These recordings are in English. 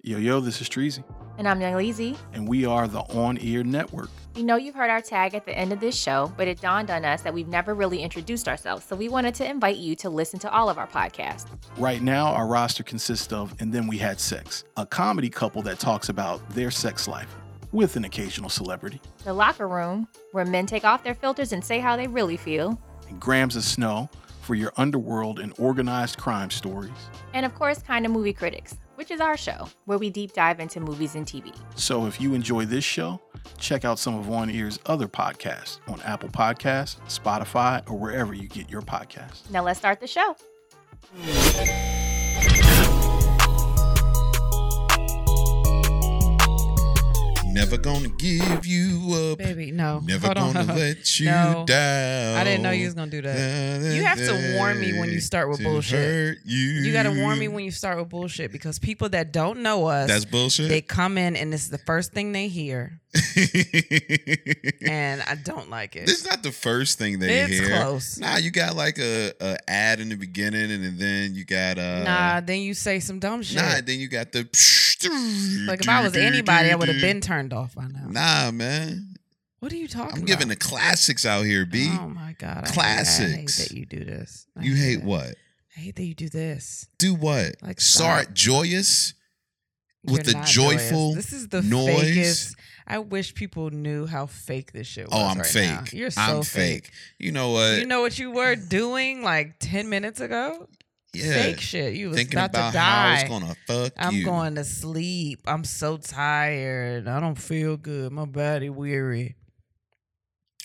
Yo, yo, this is Treasy, And I'm Young Leezy. and we are the On Ear Network. We know you've heard our tag at the end of this show, but it dawned on us that we've never really introduced ourselves, so we wanted to invite you to listen to all of our podcasts. Right now, our roster consists of And Then We Had Sex, a comedy couple that talks about their sex life with an occasional celebrity, The Locker Room, where men take off their filters and say how they really feel. and Grams of Snow for your underworld and organized crime stories. And of course, Kinda Movie Critics, which is our show, where we deep dive into movies and TV. So if you enjoy this show, check out some of On Ear's other podcasts on Apple Podcasts, Spotify, or wherever you get your podcasts. Now let's start the show. Never gonna give you up. Baby, no. Never Hold on. gonna let you No. down. I didn't know you was gonna do that. You have to warn me when you start with To bullshit. hurt you. You gotta warn me when you start with bullshit because people that don't know us, That's bullshit. they come in and this is the first thing they hear, and I don't like it. this is not the first thing they it's hear. close. Nah, you got like a, a ad in the beginning, and then you got uh nah, then you say some dumb shit. nah. Then you got the like if I was anybody, I would have been turned off by now. Nah, man. What are you talking? I'm giving the about? classics out here, B. Oh my god, I hate- I hate, Classics. that you do this. I you hate that. what? I hate that you do this. Do what? Like, start stop. joyous. With the not joyful This is the noise. fakest. I wish people knew how fake this shit was. Oh, I'm right fake. now. You're so I'm fake. fake. You know what? You know what you were doing like ten minutes ago? yeah. Fake shit. You was Thinking about, about to how I die. was gonna fuck I'm you. going to sleep. I'm so tired. I don't feel good. My body weary.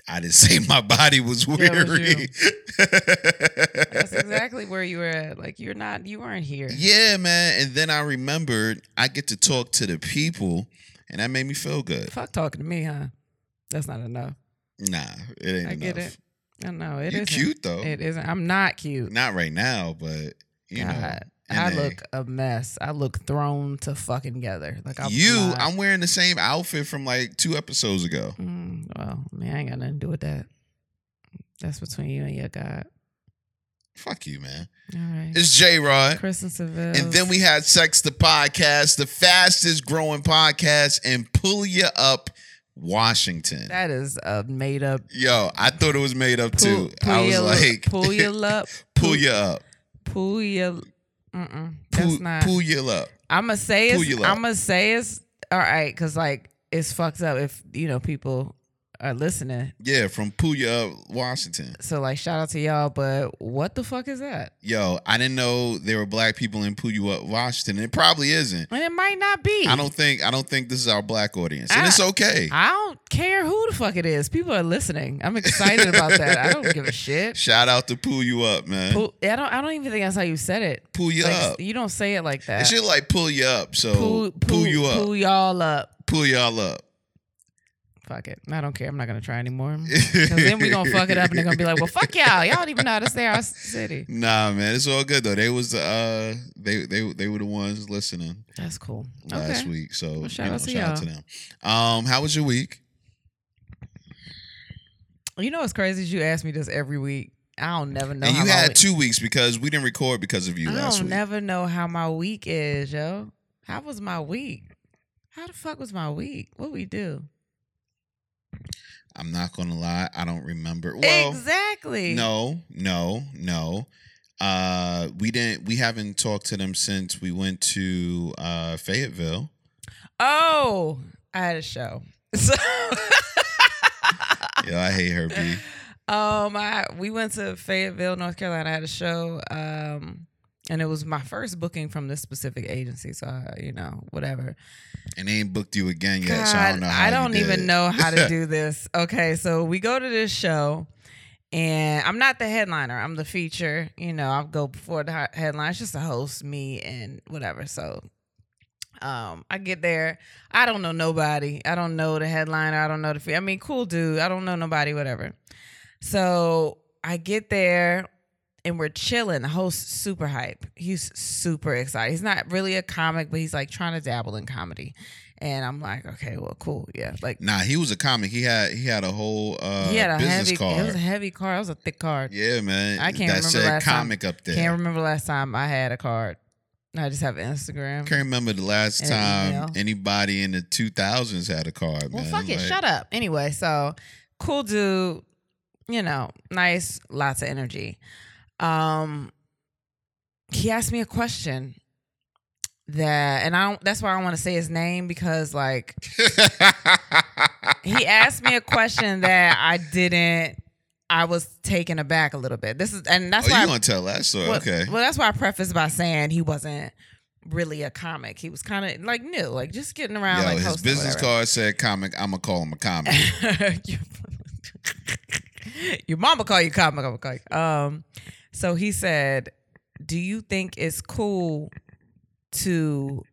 I didn't say my body was weary. Yeah, it was That's exactly where you were at. Like you're not. You weren't here. Yeah, man. And then I remembered I get to talk to the people, and that made me feel good. Fuck talking to me, huh? That's not enough. Nah, it ain't I enough. get it. I know it you isn't. cute though. It isn't. I'm not cute. Not right now, but you God. know. I in a- look a mess. I look thrown to fucking together. Like I'm you. not- I'm wearing the same outfit from like two episodes ago. Mm, well, man, I ain't got nothing to do with that. That's between you and your God. Fuck you, man. All right. It's J Rod. Kristen Seville. And then we had Sex the Podcast, the fastest growing podcast in Puglia Up, Washington. That is a made up. Yo, I thought it was made up too. Pull, I was your, like, pull your up, pull you up. pull your. Mm-mm, that's Pull, not. pull you up. I'm gonna say pull your it's. up. I'm gonna say it's all right because like it's fucked up if you know people are listening. Yeah, from pull you up, Washington. So like shout out to y'all, but what the fuck is that? Yo, I didn't know there were black people in pull you up, Washington. It probably isn't. And it might not be. I don't think I don't think this is our black audience, and I- it's okay. I don't care who the fuck it is. People are listening. I'm excited about that. I don't give a shit. Shout out to pull you up, man. Pull, Pull, I don't. I don't even think that's how you said it. you Like, up. You don't say it like that. It's just like pull you up. So pull, pull, you up, Pull y'all up. pull y'all up. Fuck it. I don't care. I'm not gonna try anymore. Because then we gonna fuck it up and they're gonna be like, well, fuck y'all. Y'all don't even know how to say our city. Nah, man, it's all good though. They was the uh, they they they were the ones listening That's cool. last okay. week, so Well, shout you know, out to shout out to them. Um, how was your week? You know what's crazy is you ask me this every week. I don't never know. and how you my had week- two weeks because we didn't record because of you I last don't week. never know how my week is, yo. How was my week? How the fuck was my week? What we do? I'm not gonna lie, I don't remember. Well, exactly. no, no, no. Uh, we didn't. We haven't talked to them since we went to uh Fayetteville. Oh, I had a show. So, Yo, I hate her. B. um, I we went to Fayetteville, North Carolina. I had a show, um, and it was my first booking from this specific agency. So I, you know, whatever. and they ain't booked you again yet. so I don't know. God, How I you don't did even it. know how to do this. Okay, so we go to this show, and I'm not the headliner. I'm the feature. You know, I'll go before the hi- headline. It's just the host, me, and whatever. So, um, I get there. I don't know nobody. I don't know the headliner. I don't know the. Fe- I mean, cool dude. I don't know nobody. Whatever. So I get there and we're chilling. The host super hype. He's super excited. He's not really a comic, but he's like trying to dabble in comedy. And I'm like, okay, well, cool. Yeah. Like Nah, he was a comic. He had he had a whole uh he had a business heavy card. it was a heavy card. It was a thick card. yeah, man. I can't that remember said last time. comic up there. Can't remember last time I had a card. I just have Instagram. Can't remember the last And time email. anybody in the 2000s had a card. Well, man. fuck it. Like, Shut up. Anyway, so cool dude. You know, nice, lots of energy. Um, he asked me a question that, and I don't, that's why I don't want to say his name because like he asked me a question that I didn't. I was taken aback a little bit. This is, and that's oh, why you I- gonna tell that story? well, okay. Well, that's why I prefaced by saying he wasn't really a comic. He was kind of like new, like just getting around. Yo, like his hosting, business whatever. card said comic. I'm gonna call him a comic. your, your mama call you comic. I'm call you. Um, so he said, "Do you think it's cool to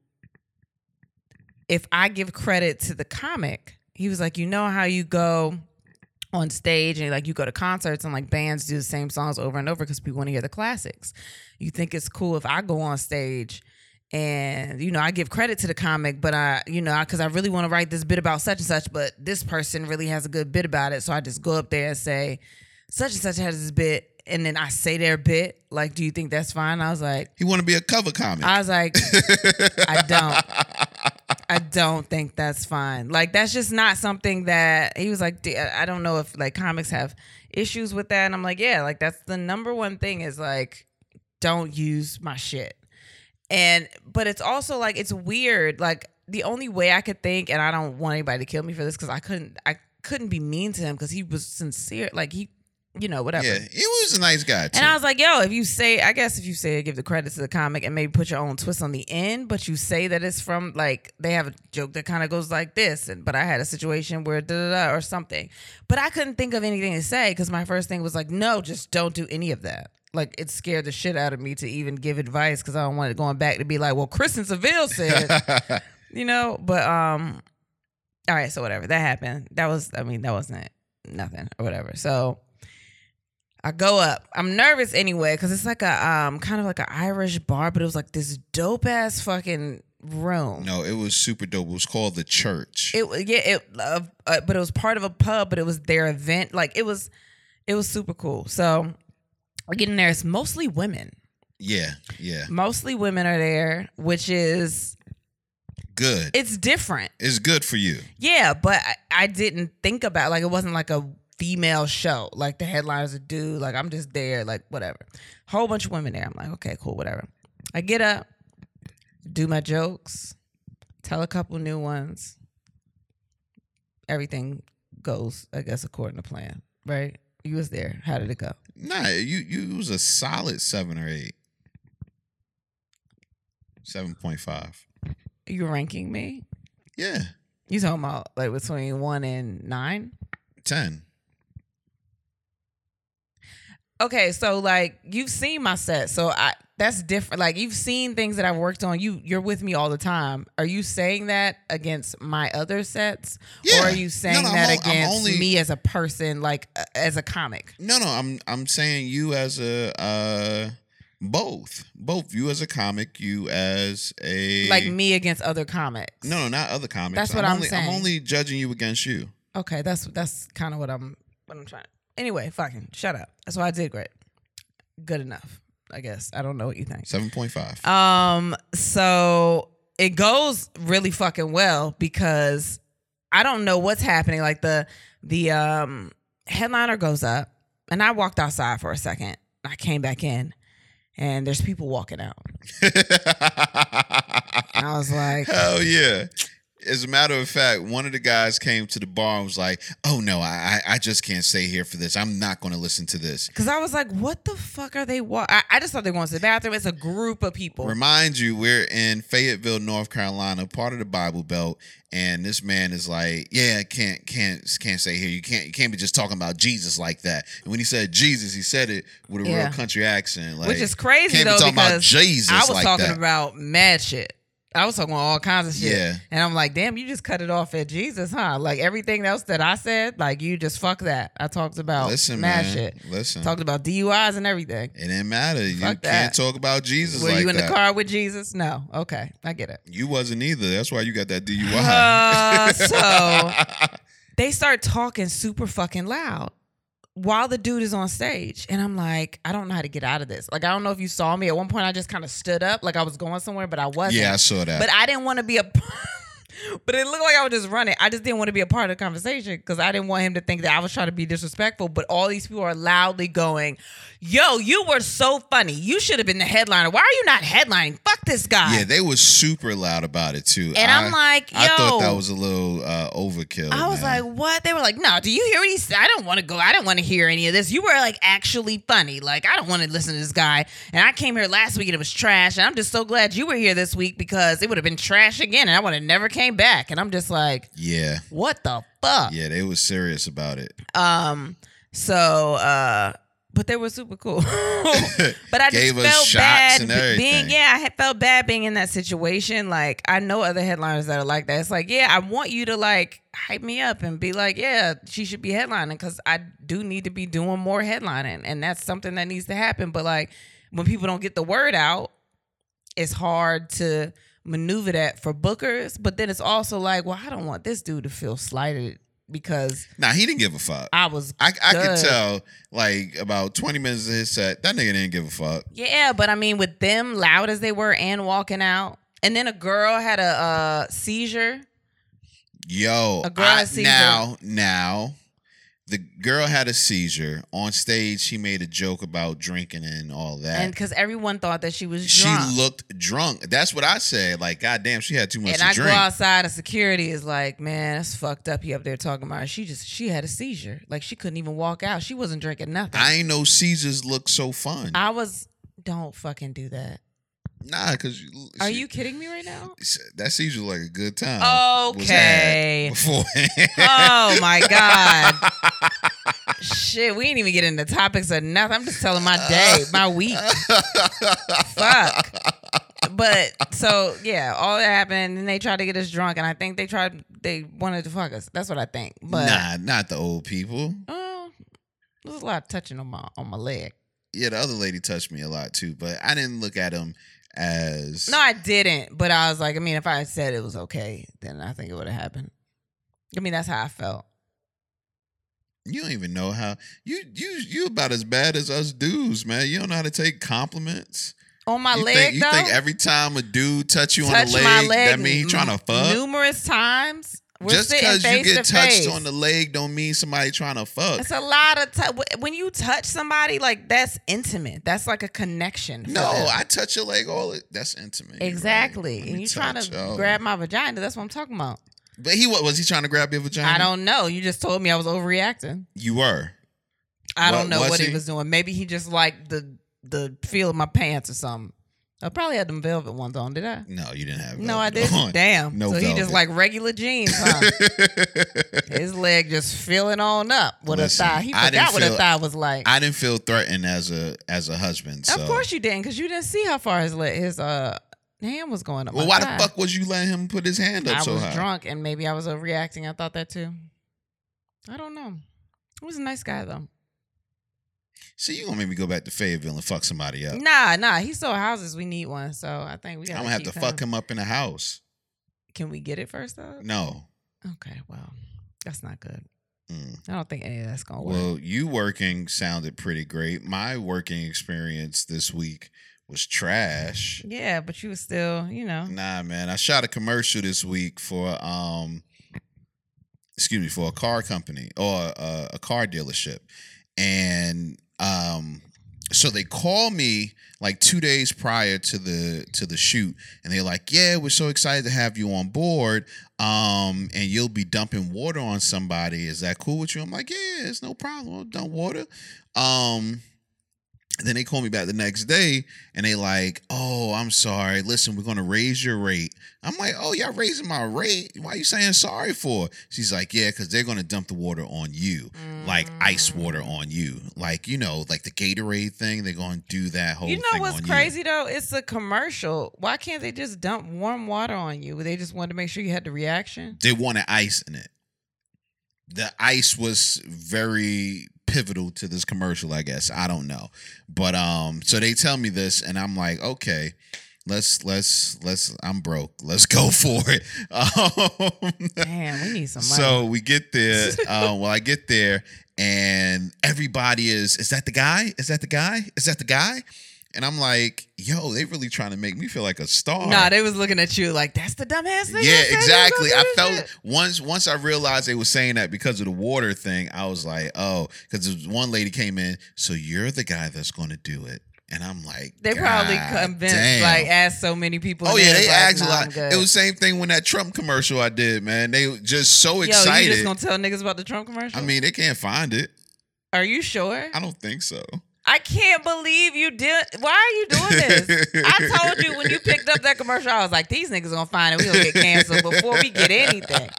if I give credit to the comic?" He was like, "You know how you go." On stage and like you go to concerts and like bands do the same songs over and over because people want to hear the classics. You think it's cool if I go on stage and you know i give credit to the comic but i you know because I, really want to write this bit about such and such but this person really has a good bit about it so i just go up there and say such and such has this bit and then i say their bit like do you think that's fine i was like He want to be a cover comic. i was like i don't i don't think that's fine like that's just not something that he was like "D- i don't know if like comics have issues with that and i'm like yeah like that's the number one thing is like don't use my shit and but it's also like it's weird. Like the only way I could think, and I don't want anybody to kill me for this because I couldn't. I couldn't be mean to him because he was sincere. Like he, you know, whatever. yeah, he was a nice guy too. And I was like, yo, if you say, I guess if you say give the credit to the comic and maybe put your own twist on the end, but you say that it's from like they have a joke that kind of goes like this, and but I had a situation where da da da or something, but I couldn't think of anything to say because my first thing was like, no, just don't do any of that. Like it scared the shit out of me to even give advice because I don't want it going back to be like, well, Kristen Seville said, you know. But um, all right, so whatever that happened. That was, I mean, that wasn't nothing or whatever. So I go up. I'm nervous anyway because it's like a um kind of like an Irish bar, but it was like this dope ass fucking room. no, it was super dope. It was called the church. It wa- yeah it uh, uh, but it was part of a pub, but it was their event. Like it was, it was super cool. So I get in there. It's mostly women. yeah, yeah, Mostly women are there, which is good. it's different. it's good for you. Yeah, but I, I didn't think about like it wasn't like a female show. Like the headliners a dude. Like I'm just there. Like whatever. Whole bunch of women there. I'm like, okay, cool, whatever. I get up, do my jokes, tell a couple new ones. Everything goes, I guess, according to plan. Right? You was there. How did it go? Nah, you you was a solid seven or eight. Seven point five. You ranking me? Yeah, You talking about like between one and nine? ten. okay so like you've seen my set so i that's different like you've seen things that i've worked on you you're with me all the time are you saying that against my other sets Yeah. or are you saying No, no, I'm that on- I'm against only- me as a person like uh, as a comic No, no, I'm I'm saying you as a uh both. Both you as a comic, you as a like me against other comics No, no, not other comics. That's what I'm only, saying. I'm only judging you against you. okay that's that's kind of what i'm what i'm trying anyway fucking shut up that's why i did great good enough i guess i don't know what you think Seven point five. Um, so it goes really fucking well because I don't know what's happening. Like the the um headliner goes up and I walked outside for a second. I came back in and there's people walking out. And I was like, Hell yeah. As a matter of fact, one of the guys came to the bar and was like, Oh no, I I I just can't stay here for this. I'm not gonna listen to this. because I was like, what the fuck are they? Wa- I, I just thought they were going to the bathroom. It's a group of people. Remind you, we're in Fayetteville, North Carolina, part of the Bible Belt, and this man is like, "Yeah, can't, can't, can't stay here. You can't, you can't be just talking about Jesus like that." And when he said Jesus, he said it with a Yeah. real country accent, like, Which is crazy can't though be talking because about Jesus I was like talking that. about mad shit. I was talking about all kinds of shit. Yeah. And I'm like, damn, you just cut it off at Jesus, huh? Like everything else that I said, like you just fuck that. I talked about listen, mad man, shit. listen, Talked about DUIs and everything. it didn't matter. You can't Fuck that. talk about Jesus Were like you in that. the car with Jesus? No. Okay. I get it. You wasn't either. That's why you got that DUI. Oh, Uh, so they start talking super fucking loud. while the dude is on stage and I'm like, I don't know how to get out of this. Like I don't know if you saw me. At one point I just kind of stood up like I was going somewhere, but I wasn't. Yeah, I saw that. But I didn't want to be a But it looked like I was just running. I just didn't want to be a part of the conversation because I didn't want him to think that I was trying to be disrespectful. But all these people are loudly going, Yo, you were so funny. You should have been the headliner. Why are you not headlining? Fuck this guy. yeah, they were super loud about it too. And I, I'm like, I thought yo. that was a little uh, overkill. I was man. like, what? They were like, no, do you hear what he said? I don't want to go. I don't want to hear any of this. You were like actually funny. Like, I don't want to listen to this guy. And I came here last week and it was trash. And I'm just so glad you were here this week because it would have been trash again and I would have never came back. And I'm just like, yeah, what the fuck? yeah, they was serious about it. Um, so uh but they were super cool. but I just Gave us felt shots bad and being everything. yeah, I had felt bad being in that situation. Like I know other headliners that are like that. It's like, yeah, I want you to like hype me up and be like, yeah, she should be headlining cuz I do need to be doing more headlining and that's something that needs to happen, but like when people don't get the word out, it's hard to maneuver that for bookers, but then it's also like, well, I don't want this dude to feel slighted because Nah, he didn't give a fuck. I was I, I could Good. tell, like about twenty minutes of his set, that nigga didn't give a fuck. Yeah, but I mean, with them loud as they were and walking out, and then a girl had a uh, seizure. Yo, A girl I- had a seizure. now, now, the girl had a seizure on stage. She made a joke about drinking and all that. And because everyone thought that she was she drunk. looked drunk. That's what I said. Like, goddamn, she had too much and to I drink. go outside, and security is like, "Man, that's fucked up." You up there talking about? Her. She just she had a seizure. Like she couldn't even walk out. She wasn't drinking nothing. I ain't know Caesars look so fun. I was. Don't fucking do that. nah, because Are you kidding me right now? That Caesar look like a good time. was Okay. had Beforehand. Oh my god. Shit, we didn't even get into topics or nothing. I'm just telling my day, my week. Fuck. But so yeah, all that happened, and they tried to get us drunk, and I think they tried, they wanted to fuck us. That's what I think. But nah, not the old people. uh, there was a lot of touching on my on my leg. Yeah, the other lady touched me a lot too, but I didn't look at him as No, I didn't. But I was like, I mean, if I had said it was okay, then I think it would have happened. I mean, that's how I felt. You don't even know how you you you about as bad as us dudes, man. You don't know how to take compliments. On my you leg, think, you though. think every time a dude touch you on touch the leg, my leg that mean he trying to fuck? numerous times. We're Just sitting because you face get to touched face. on the leg don't mean somebody trying to fuck. It's a lot of tou- when you touch somebody like that's intimate. That's like a connection. for no, them. I touch your leg all that's intimate. You're right. exactly. Let And me you trying touch. to Oh. grab my vagina? That's what I'm talking about. But he what was he trying to grab your vagina? I don't know. You just told me I was overreacting. You were. I What don't know was what he? he? was doing. Maybe he just liked the the feel of my pants or something. I probably had them velvet ones on. Did I? No, you didn't have. No, I velvet didn't. on. Damn. No so he just velvet. like regular jeans. Huh? His leg just filling on up with Listen, a thigh. He I didn't forgot what a feel- thigh was like. I didn't feel threatened as a as a husband. So. Of course you didn't, because you didn't see how far his leg, his uh hand was going up. Well, my why thigh. the fuck was you letting him put his hand up I so was high? drunk and maybe I was overreacting. I thought that too. I don't know. He was a nice guy though. See, you gonna make me go back to Fayetteville and fuck somebody up? Nah, nah. He sold houses. We need one, so I think we got. I'm gonna have to fuck him up in the house. Can we get it first though? No. Okay, well, that's not good. Mm. I don't think any of that's gonna work. Well, you working sounded pretty great. My working experience this week was trash. yeah, but you was still, you know. Nah, man. I shot a commercial this week for um excuse me, for a car company or a, a car dealership. And um so they call me like 2 days prior to the to the shoot and they're like, "Yeah, we're so excited to have you on board. Um and you'll be dumping water on somebody. Is that cool with you?" I'm like, "Yeah, it's no problem. I'll dump water." Um then they call me back the next day and they like, oh, I'm sorry. Listen, we're gonna raise your rate. I'm like, oh, y'all raising my rate? Why you saying sorry for? She's like, yeah, because they're gonna dump the water on you, Mm, like Mm. ice water on you, like you know, like the Gatorade thing. They're gonna do that whole. You know thing what's on crazy though? It's a commercial. Why can't they just dump warm water on you? They just wanted to make sure you had the reaction. They wanted ice in it. The ice was very pivotal to this commercial, I guess. I don't know. But um, so they tell me this, and I'm like, okay, let's let's let's I'm broke. Let's go for it. Um, Damn, we need some money. so we get there. Uh, well, I get there, and everybody is is that the guy is that the guy is that the guy and i'm like yo they really trying to make me feel like a star Nah, they was looking at you like that's the dumbass nigga. uh, yeah that said he was exactly gonna i do this felt shit." once once i realized they were saying that because of the water thing i was like oh because one lady came in so you're the guy that's going to do it and i'm like They probably "God convinced, damn." like, asked so many people. Oh and yeah, was they like, asked a "Nah, I'm lot. good." It was same thing when that Trump commercial I did, man. They were just so Yo, you excited. just gonna tell niggas about the Trump commercial? I mean, they can't find it. are you sure? I don't think so. I can't believe you did. Why are you doing this? I told you when you picked up that commercial, I was like, these niggas gonna find it. We gonna get canceled before we get anything.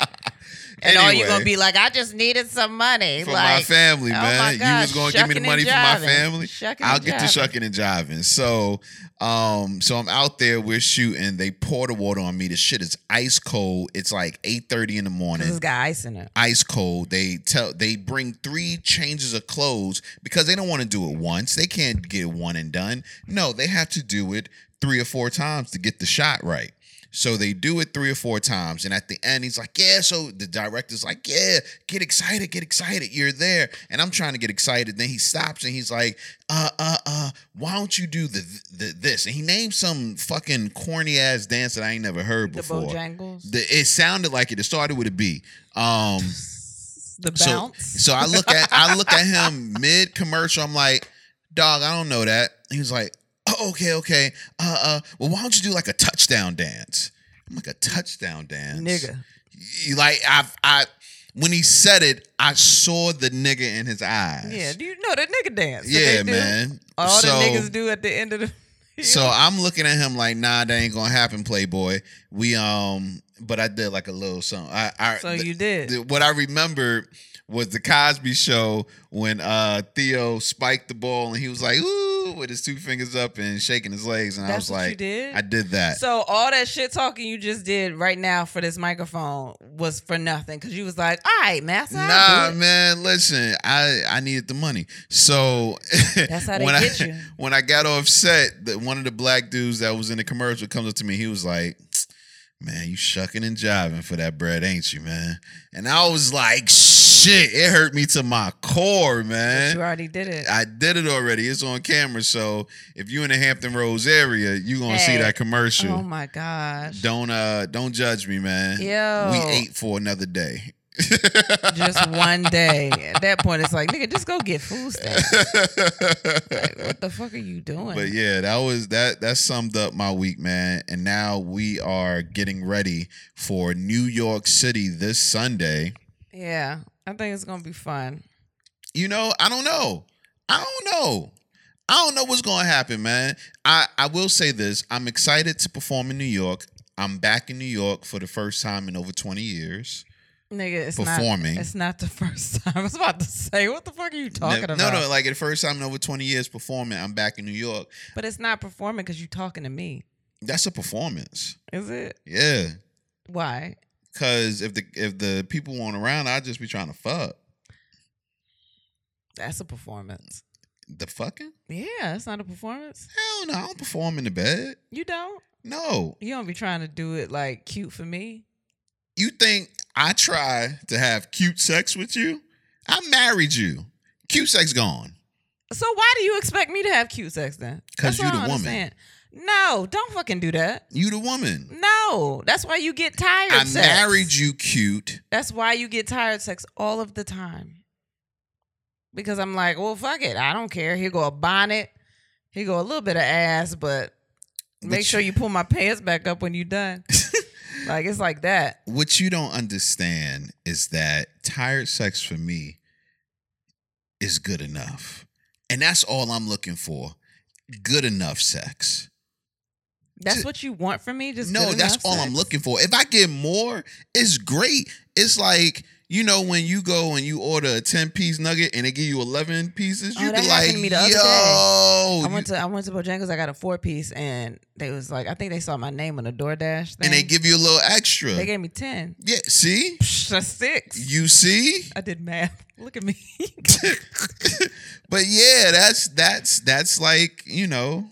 And all you Anyway. gonna be like, I just needed some money for like, my family, oh man. my you God, was gonna give me the shucking money and for my jiving. family. Shucking I'll and get to jiving. shucking and jiving. So, um, so I'm out there. We're shooting. They pour the water on me. The shit is ice cold. It's like eight thirty in the morning. This has got ice in it. ice cold. They tell they bring three changes of clothes because they don't want to do it once. They can't get one and done. No, they have to do it three or four times to get the shot right. So they do it three or four times, and at the end, he's like, "Yeah." So the director's like, "Yeah, get excited, get excited, you're there." And I'm trying to get excited. Then he stops and he's like, "Uh, uh, uh, why don't you do the, the this?" And he names some fucking corny ass dance that I ain't never heard The before. Bojangles, The- it sounded like it. It started with a B. Um, the so, bounce. so I look at I look at him mid commercial. I'm like, dog, I don't know that. He was like, oh, okay, okay. Uh, uh, well, why don't you do like a touchdown dance? I'm like a touchdown dance, nigga, You- Like I, I, when he said it, I saw the nigga in his eyes. yeah, do you know the nigga dance? that yeah, they do? man. All so, the niggas do at the end of the. So I'm looking at him like, nah, that ain't gonna happen, Playboy. We um, but I did like a little something. I, I So you did. the- what I remembered was the Cosby Show when uh, Theo spiked the ball and he was like, "Ooh!" with his two fingers up and shaking his legs, and I That's was what like, you did? "I did that." So all that shit talking you just did right now for this microphone was for nothing because you was like, all right, man. that's how I Nah, do it." man. Listen, I I needed the money, so That's how they when get I, you. When I got off set, the, one of the black dudes that was in the commercial comes up to me. He was like, "Man, you shucking and jiving for that bread, ain't you, man?" And I was like, "Shit, it hurt me to my core, But man." You already did it. I did it already. It's on camera. So if you in the Hampton Roads area, you gonna see Hey. that commercial. Oh my gosh. don't uh don't judge me, man. Yo. We ate for another day. Just one day. At that point, it's like, nigga, just go get food stamps. Like, what the fuck are you doing? But yeah, that was that that summed up my week, man. And now we are getting ready for New York City this Sunday. Yeah, I think it's gonna be fun. You know, I don't know. I don't know. I don't know what's gonna happen, man. I, I will say this. I'm excited to perform in New York. I'm back in New York for the first time in over 20 years. Nigga, it's Performing. not it's not the first time. I was about to say, what the fuck are you talking no, about? no, no, like the first time in over 20 years performing, I'm back in New York. But it's not performing because you talking to me. That's a performance. Is it? Yeah. Why? Cause if the if the people weren't around, I'd just be trying to fuck. That's a performance. The fucking? Yeah, that's not a performance. Hell no, I don't perform in the bed. You don't. No. You don't be trying to do it like cute for me. You think I try to have cute sex with you? I married you. Cute sex gone. So why do you expect me to have cute sex then? 'Cause That's you what the I don't woman. understand. No, don't fucking do that. You the woman. No, that's why you get tired. I sex. married you cute. That's why you get tired sex all of the time. Because I'm like, well, fuck it. I don't care. Here go a bonnet. Here go a little bit of ass, but But make sure you- you pull my pants back up when you're done. like it's like that. What you don't understand is that tired sex for me is good enough. And that's all I'm looking for. Good enough sex. That's Ju- what you want from me. Just no, good that's enough all sex. I'm looking for. If I get more, it's great. It's like you know when you go and you order a ten piece nugget and they give you eleven pieces. Oh, You that be happened like, to me the other day. yo, I went Oh, you- to I went to Bojangles. I got a four piece, and they was like, I think they saw my name on a DoorDash. Thing. and they give you a little extra. they gave me ten. yeah, see, Psh, That's six. you see. I did math. Look at me. but yeah, that's that's that's like you know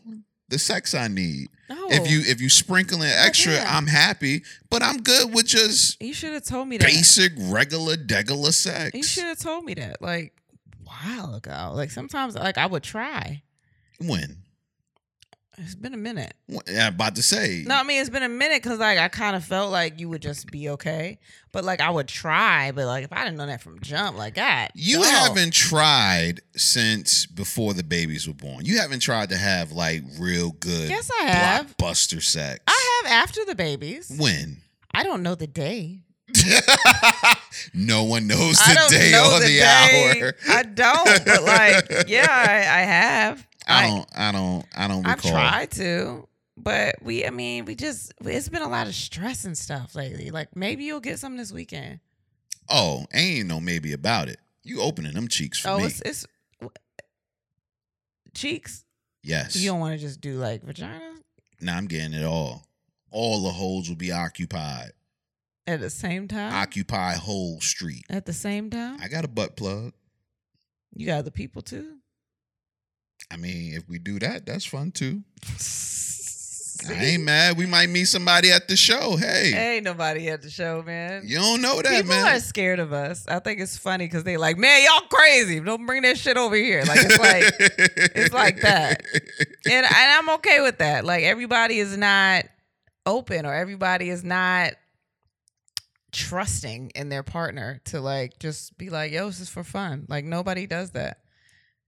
the sex I need. no, If you if you sprinkle in extra, Oh. yeah. I'm happy. But I'm good with just you should have told me that. basic, regular, degular sex. You should have told me that. Like while ago. Like sometimes, like I would try. When? It's been a minute. When- I'm about to say. No, I mean it's been a minute because like I kind of felt like you would just be okay, but like I would try. But like if I didn't know that from jump, like God, You dog. haven't tried since before the babies were born. You haven't tried to have like real good Yes, I have. blockbuster sex. I have after the babies. When? I don't know the day. no one knows I the don't day know or the, day. hour. I don't, but like, yeah, I, I have. I don't. I don't. I don't I've recall. tried to, but we, I mean, we just, it's been a lot of stress and stuff lately. Like maybe you'll get some this weekend. Oh, ain't no maybe about it. You opening them cheeks for oh, me? it's, it's cheeks. yes. You don't want to just do like vagina Now I'm getting it all. All the holes will be occupied. at the same time. Occupy whole street. at the same time, I got a butt plug. you got other people too. I mean, if we do that, that's fun too. I ain't mad. We might meet somebody at the show. Hey, Ain't nobody at the show, man. you don't know that, People man. are scared of us. I think it's funny because they like, man, y'all crazy. Don't bring that shit over here. Like it's like, it's like that. and, and I'm okay with that. Like everybody is not open or everybody is not trusting in their partner to like just be like, yo, this is for fun. Like nobody does that.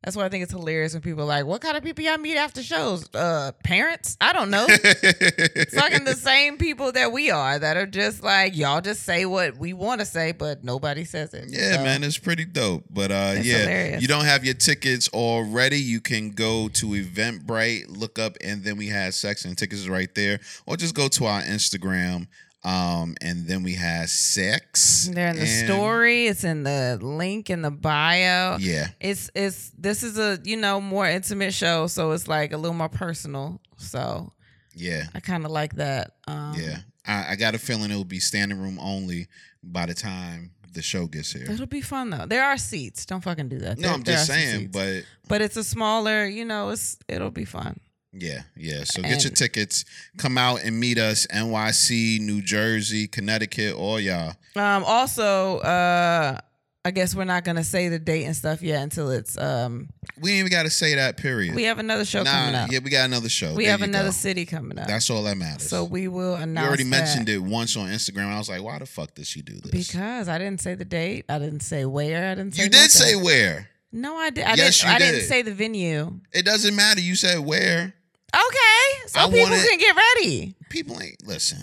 That's why I think it's hilarious when people are like, what kind of people y'all meet after shows? Uh, parents? I don't know. fucking the same people that we are that are just like y'all just say what we want to say but nobody says it Yeah, So, man, it's pretty dope. But uh, It's yeah, hilarious. you don't have your tickets already. You can go to Eventbrite, look up, and then we had sex and tickets is right there, or just go to our Instagram, um, and then we had sex. they're in the And- story it's in the link in the bio Yeah, it's it's this is a you know more intimate show so it's like a little more personal so yeah, i kind of like that um yeah. I, I got a feeling it'll be standing room only by the time the show gets here. it'll be fun though there are seats don't fucking do that No, There- I'm there just are some saying, seats. but but it's a smaller you know it's it'll be fun Yeah, yeah. So get your And- tickets. Come out and meet us. NYC, New Jersey, Connecticut, all y'all. Um, also, uh, I guess we're not gonna say the date and stuff yet until it's um. We ain't even got to say that. Period. We have another show coming up. yeah, we got another show. we There have you another go. city coming up. That's all that matters. so we will we announce. already that mentioned it once on Instagram. I was like, why the fuck did she do this? because I didn't say the date. I didn't say where. I didn't. Say you did nothing. say where. No, I did. I Yes, didn't. you I did. didn't say the venue. It doesn't matter. You said where. Okay, so I people wanted- can get ready. People ain't listen.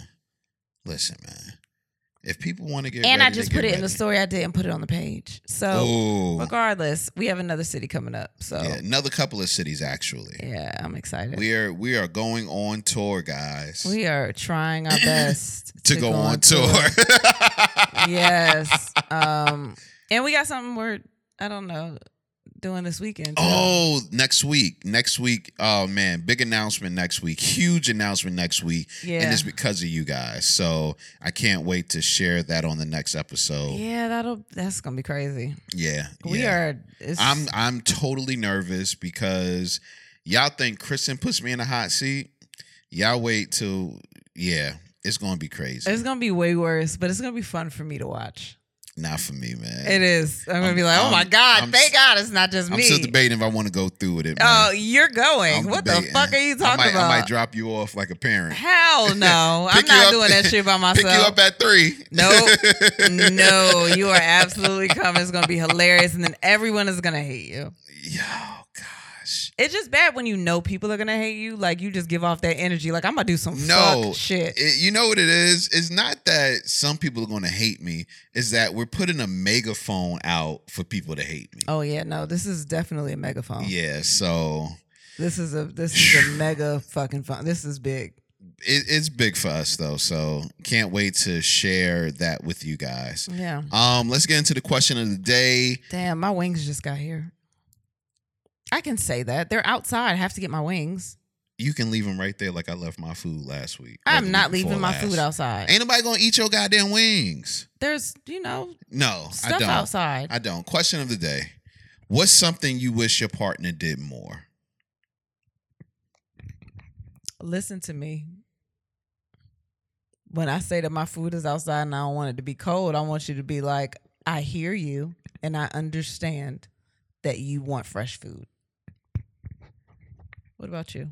Listen, man. If people want to get And I ready, they just get put it in the ready. story. I didn't put it on the page. So Oh, regardless, we have another city coming up. So yeah. yeah, Another couple of cities actually. I'm excited. We are we are going on tour, guys. We are trying our best to go on tour. yes. Um, and we got something we're I don't know doing this weekend. too. Oh, next week. Next week. Oh man, big announcement next week. Huge announcement next week. yeah, And it's because of you guys. So I can't wait to share that on the next episode. Yeah. yeah. That'll that's gonna be crazy. yeah We are. It's, I'm I'm totally nervous because y'all think Kristen puts me in a hot seat. Y'all wait till yeah, it's gonna be crazy. It's gonna be way worse, but it's gonna be fun for me to watch. Not for me, man. It is. I'm gonna I'm- be like, oh my I'm- god, I'm thank s- God it's not just I'm me. still debating if I want to go through with it. Man. oh, you're going. I'm what the debating. fuck are you I talking might, about? I might drop you off like a parent. Hell no, I'm Pick you not up- doing that shit by myself. Pick you up at three. Nope. no, you are absolutely coming. It's gonna be hilarious, and then everyone is gonna hate you. Yo, gosh. It's just bad when you know people are gonna hate you. Like you just give off that energy. Like I'm gonna do some No, fuck shit. It- you know what it is? It's not that some people are going to hate me. It's that we're putting a megaphone out for people to hate me. oh yeah, no, this is definitely a megaphone. Yeah, so This is a this is a mega fucking phone. This is big. it, it's big for us though. So can't wait to share that with you guys. Yeah. Um, let's get into the question of the day. Damn, my wings just got here. I can say that they're outside. I have to get my wings. You can leave them right there, like I left my food last week. or the I'm not week before leaving my last. food outside. Ain't nobody gonna eat your goddamn wings. There's you know No, I stuff don't. outside. I don't. Question of the day: What's something you wish your partner did more? Listen to me. When I say that my food is outside and I don't want it to be cold, I want you to be like, I hear you and I understand. that you want fresh food. What about you?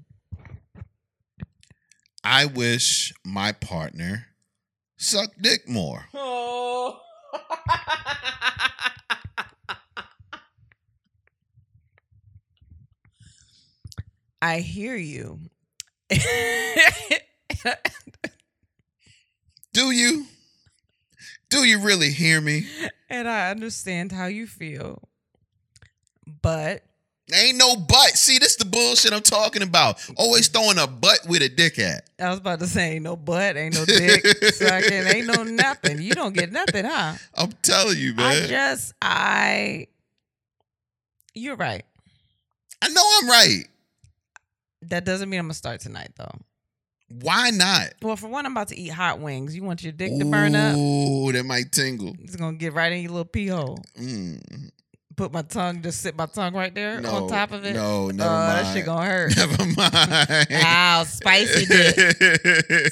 I wish my partner sucked dick more. Oh. I hear you. Do you? Do you really hear me? and I understand how you feel. But Ain't no butt. See, this the bullshit I'm talking about. Always throwing a butt with a dick at. I was about to say, ain't no butt, ain't no dick, sucking, ain't no nothing. You don't get nothing, huh? I'm telling you, man. I just, I, you're right. I know I'm right. That doesn't mean I'm gonna start tonight though. Why not? Well, for one, I'm about to eat hot wings. You want your dick to burn up? Ooh, that might tingle. It's gonna get right in your little pee hole. Mm, Put my tongue, just sit my tongue right there no, on top of it. No, never oh, mind. that shit gonna hurt. Never mind. Wow, spicy dick.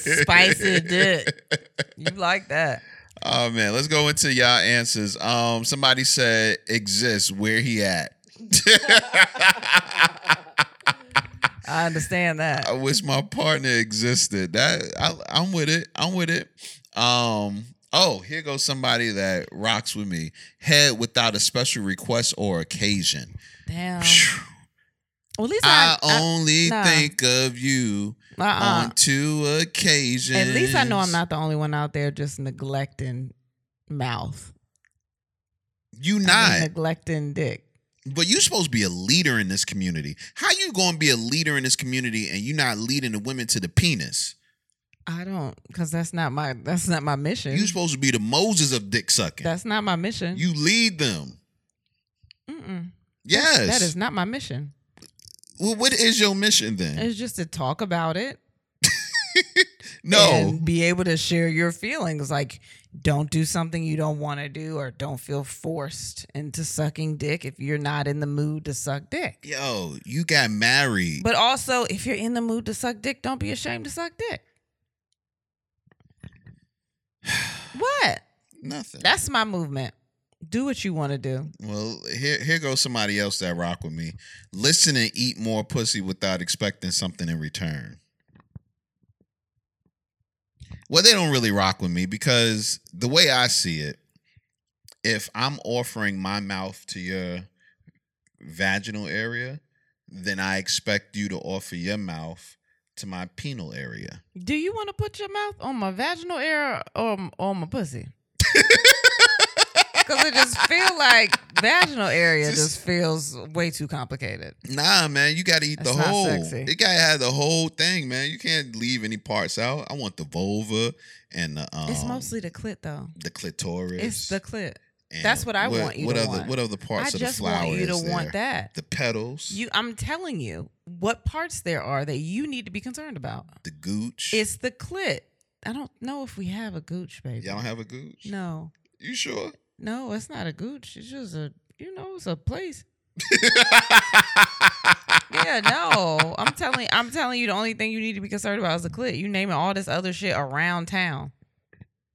Spicy Spicy dick. You like that? Oh man, let's go into y'all answers. Um, somebody said exists. Where he at? I understand that. I wish my partner existed. That I, I'm with it. I'm with it. Um. Oh, here goes somebody that rocks with me. Head without a special request or occasion. Damn. Phew. Well, at least I, I, only nah. think of you I uh-uh. on two occasions. At least I know I'm not the only one out there just neglecting mouth. You I not. mean, neglecting dick. But you supposed to be a leader in this community. How you going to be a leader in this community and you not leading the women to the penis? I don't, cause that's not my that's not my mission. You supposed to be the Moses of dick sucking. that's not my mission. you lead them. Mm-mm. Yes. That is not my mission. Well, what is your mission then? It's just to talk about it No. and be able to share your feelings. Like, don't do something you don't want to do, or don't feel forced into sucking dick if you're not in the mood to suck dick. Yo, you got married. But also, if you're in the mood to suck dick, don't be ashamed to suck dick. What? Nothing. That's my movement. Do what you want to do. Well, here here goes somebody else that rock with me. Listen and eat more pussy without expecting something in return. Well, they don't really rock with me because the way I see it, if I'm offering my mouth to your vaginal area, then I expect you to offer your mouth to my penal area. Do you want to put your mouth on my vaginal area or m- on my pussy? Because it just feel like vaginal area just, Just- feels way too complicated. Nah, man, you gotta eat That's the not whole. sexy. It gotta have the whole thing, man. You can't leave any parts out. I want the vulva and the um, it's mostly the clit though. the clitoris. It's the clit. and that's what I want you what to other, want. What other I parts of the just flower want you to is there? want that. The petals, You, I'm telling you what parts there are that you need to be concerned about. the gooch. It's the clit. I don't know if we have a gooch, baby. Y'all don't have a gooch? no, You sure? no, it's not a gooch. It's just a, you know, it's a place. Yeah, no, I'm telling, I'm telling you, the only thing you need to be concerned about is the clit. You naming all this other shit around town.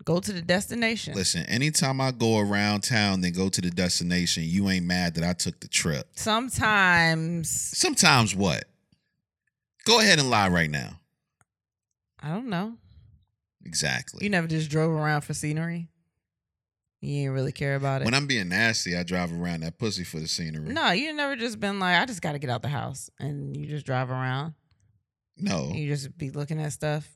Go to the destination. Listen, anytime I go around town, then go to the destination, you ain't mad that I took the trip. Sometimes Sometimes what? Go ahead and lie right now. I don't know. Exactly. You never just drove around for scenery. You didn't really care about it. when I'm being nasty, I drive around that pussy for the scenery. no, you never just been like, I just got to get out the house, and you just drive around. No. and you just be looking at stuff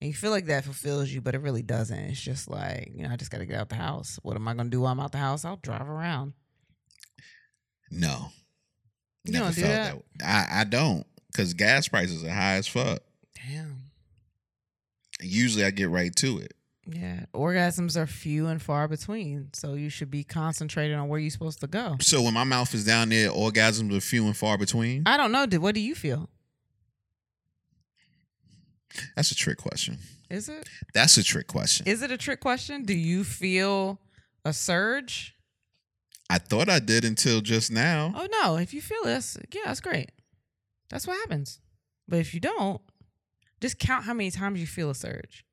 and you feel like that fulfills you but it really doesn't it's just like you know i just gotta get out the house what am i gonna do while i'm out the house i'll drive around No. You don't do that? way. I, I don't because gas prices are high as fuck. damn Usually I get right to it. yeah orgasms are few and far between so you should be concentrated on where you're supposed to go So when my mouth is down there, orgasms are few and far between. i don't know dude what do you feel That's a trick question. is it That's a trick question. is it a trick question do you feel a surge I thought I did until just now. oh no if you feel this yeah that's great that's what happens but if you don't just count how many times you feel a surge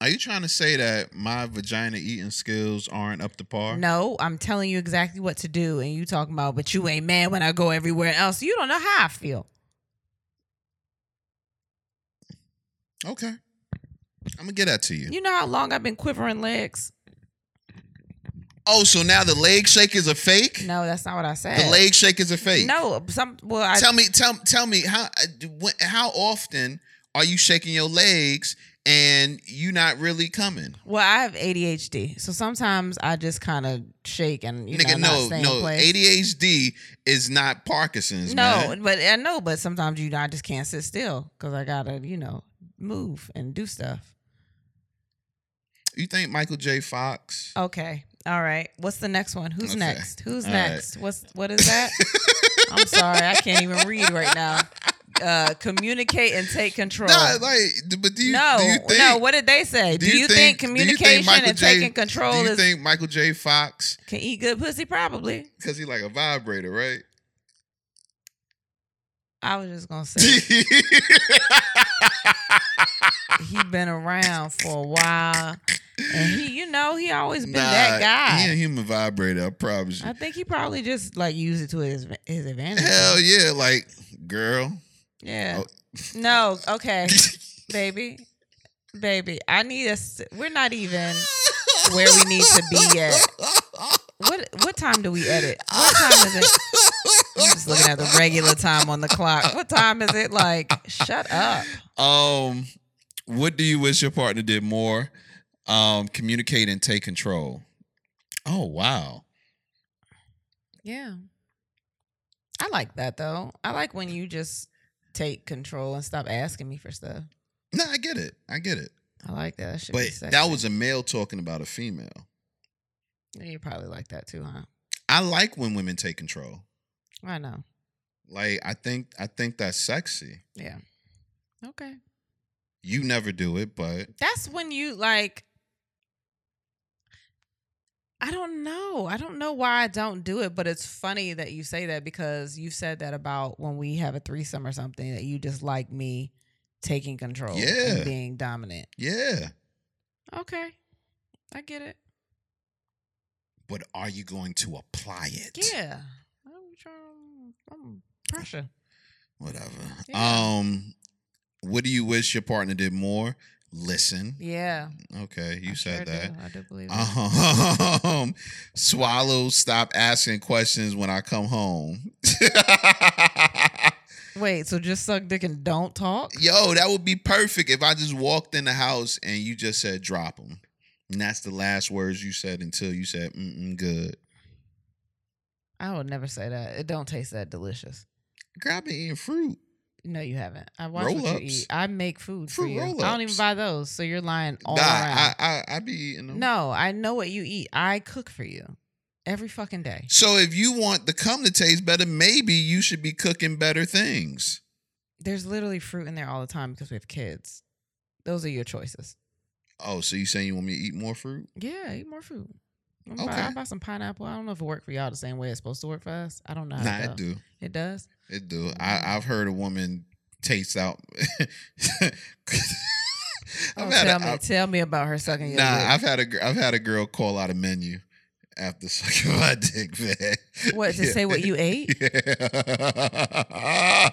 Are you trying to say that my vagina eating skills aren't up to par? No, I'm telling you exactly what to do, and you talking about, but you ain't mad when I go everywhere else. You don't know how I feel. Okay. I'm gonna get that to you. You know how long I've been quivering legs? Oh, so now the leg shake is a fake? No, that's not what I said. The leg shake is a fake. No, some. Well, I, Tell me, tell tell me how uh, when- how often are you shaking your legs and you not really coming? well, I have ADHD, so sometimes I just kind of shake and you Nigga, know, not no, stay in no. place. ADHD is not Parkinson's. No, man. but I know, but sometimes you I just can't sit still because I gotta, you know, move and do stuff. You think Michael J. Oh, Fox? Okay. All right. What's the next one? Who's Okay. next? Who's All right. next? What's what is that? I'm sorry, I can't even read right now. Uh communicate and take control. Nah, like, d- but do you no, do you think, no, what did they say? Do, you think, do you communication Michael and J- taking control Do you is think Michael J. Fox? can eat good pussy? Probably. Because he like a vibrator, right? I was just gonna say he been around for a while. And he, you know, he always been that guy. He a human vibrator. I promise you. I think he probably just like used it to his his advantage. Hell yeah, Oh. like girl. yeah. No, okay, baby, baby. I need us. We're not even where we need to be yet. What what time do we edit? What time is it? I'm just looking at the regular time on the clock. What time is it? Like, shut up. Um, what do you wish your partner did more? Um, communicate and take control. Oh wow. Yeah. I like that though. I like when you just take control and stop asking me for stuff. No, I get it. I get it. I like that. that should But be sexy. that was a male talking about a female. you probably like that too, huh? I like when women take control. I know. Like I think I think that's sexy. Yeah. Okay. You never do it, but That's when you like I don't know. I don't know why I don't do it, but it's funny that you say that because you said that about when we have a threesome or something that you just like me taking control Yeah. and being dominant. yeah. Okay. I get it. But are you going to apply it? Yeah. I'm trying I'm pressure. Whatever. Yeah. Um, what do you wish your partner did more? Listen. Yeah. Okay, you I said sure that. Uh-huh. Do. I do believe it. Um, swallow. Stop asking questions when I come home. Wait, so just suck dick and don't talk? Yo, that would be perfect if I just walked in the house and you just said drop them, and that's the last words you said until you said mm good. I would never say that. It don't taste that delicious. Girl, I've been eating fruit. No, you haven't. I watch what Roll-ups. you eat. I make food for Fruit you. I don't even roll-ups. buy those, so you're lying all nah, around. I, I I be eating them. no, I know what you eat. I cook for you every fucking day. So if you want the cum to taste better, maybe you should be cooking better things. There's literally fruit in there all the time because we have kids. Those are your choices. Oh, so you saying you want me to eat more fruit? Yeah, eat more fruit. I'm okay. Okay. Buy, I'll buy some pineapple. I don't know if it worked for y'all the same way it's supposed to work for us. I don't know. Mm-hmm. How nah, I it go. do. It does. It do. I, I've heard a woman taste out. Oh, I've had tell a, me, I've- tell me about her sucking your nah, dick. I've had a gr- I've had a girl call out a menu after sucking my dick, man. What to Yeah. say? What you ate? Yeah.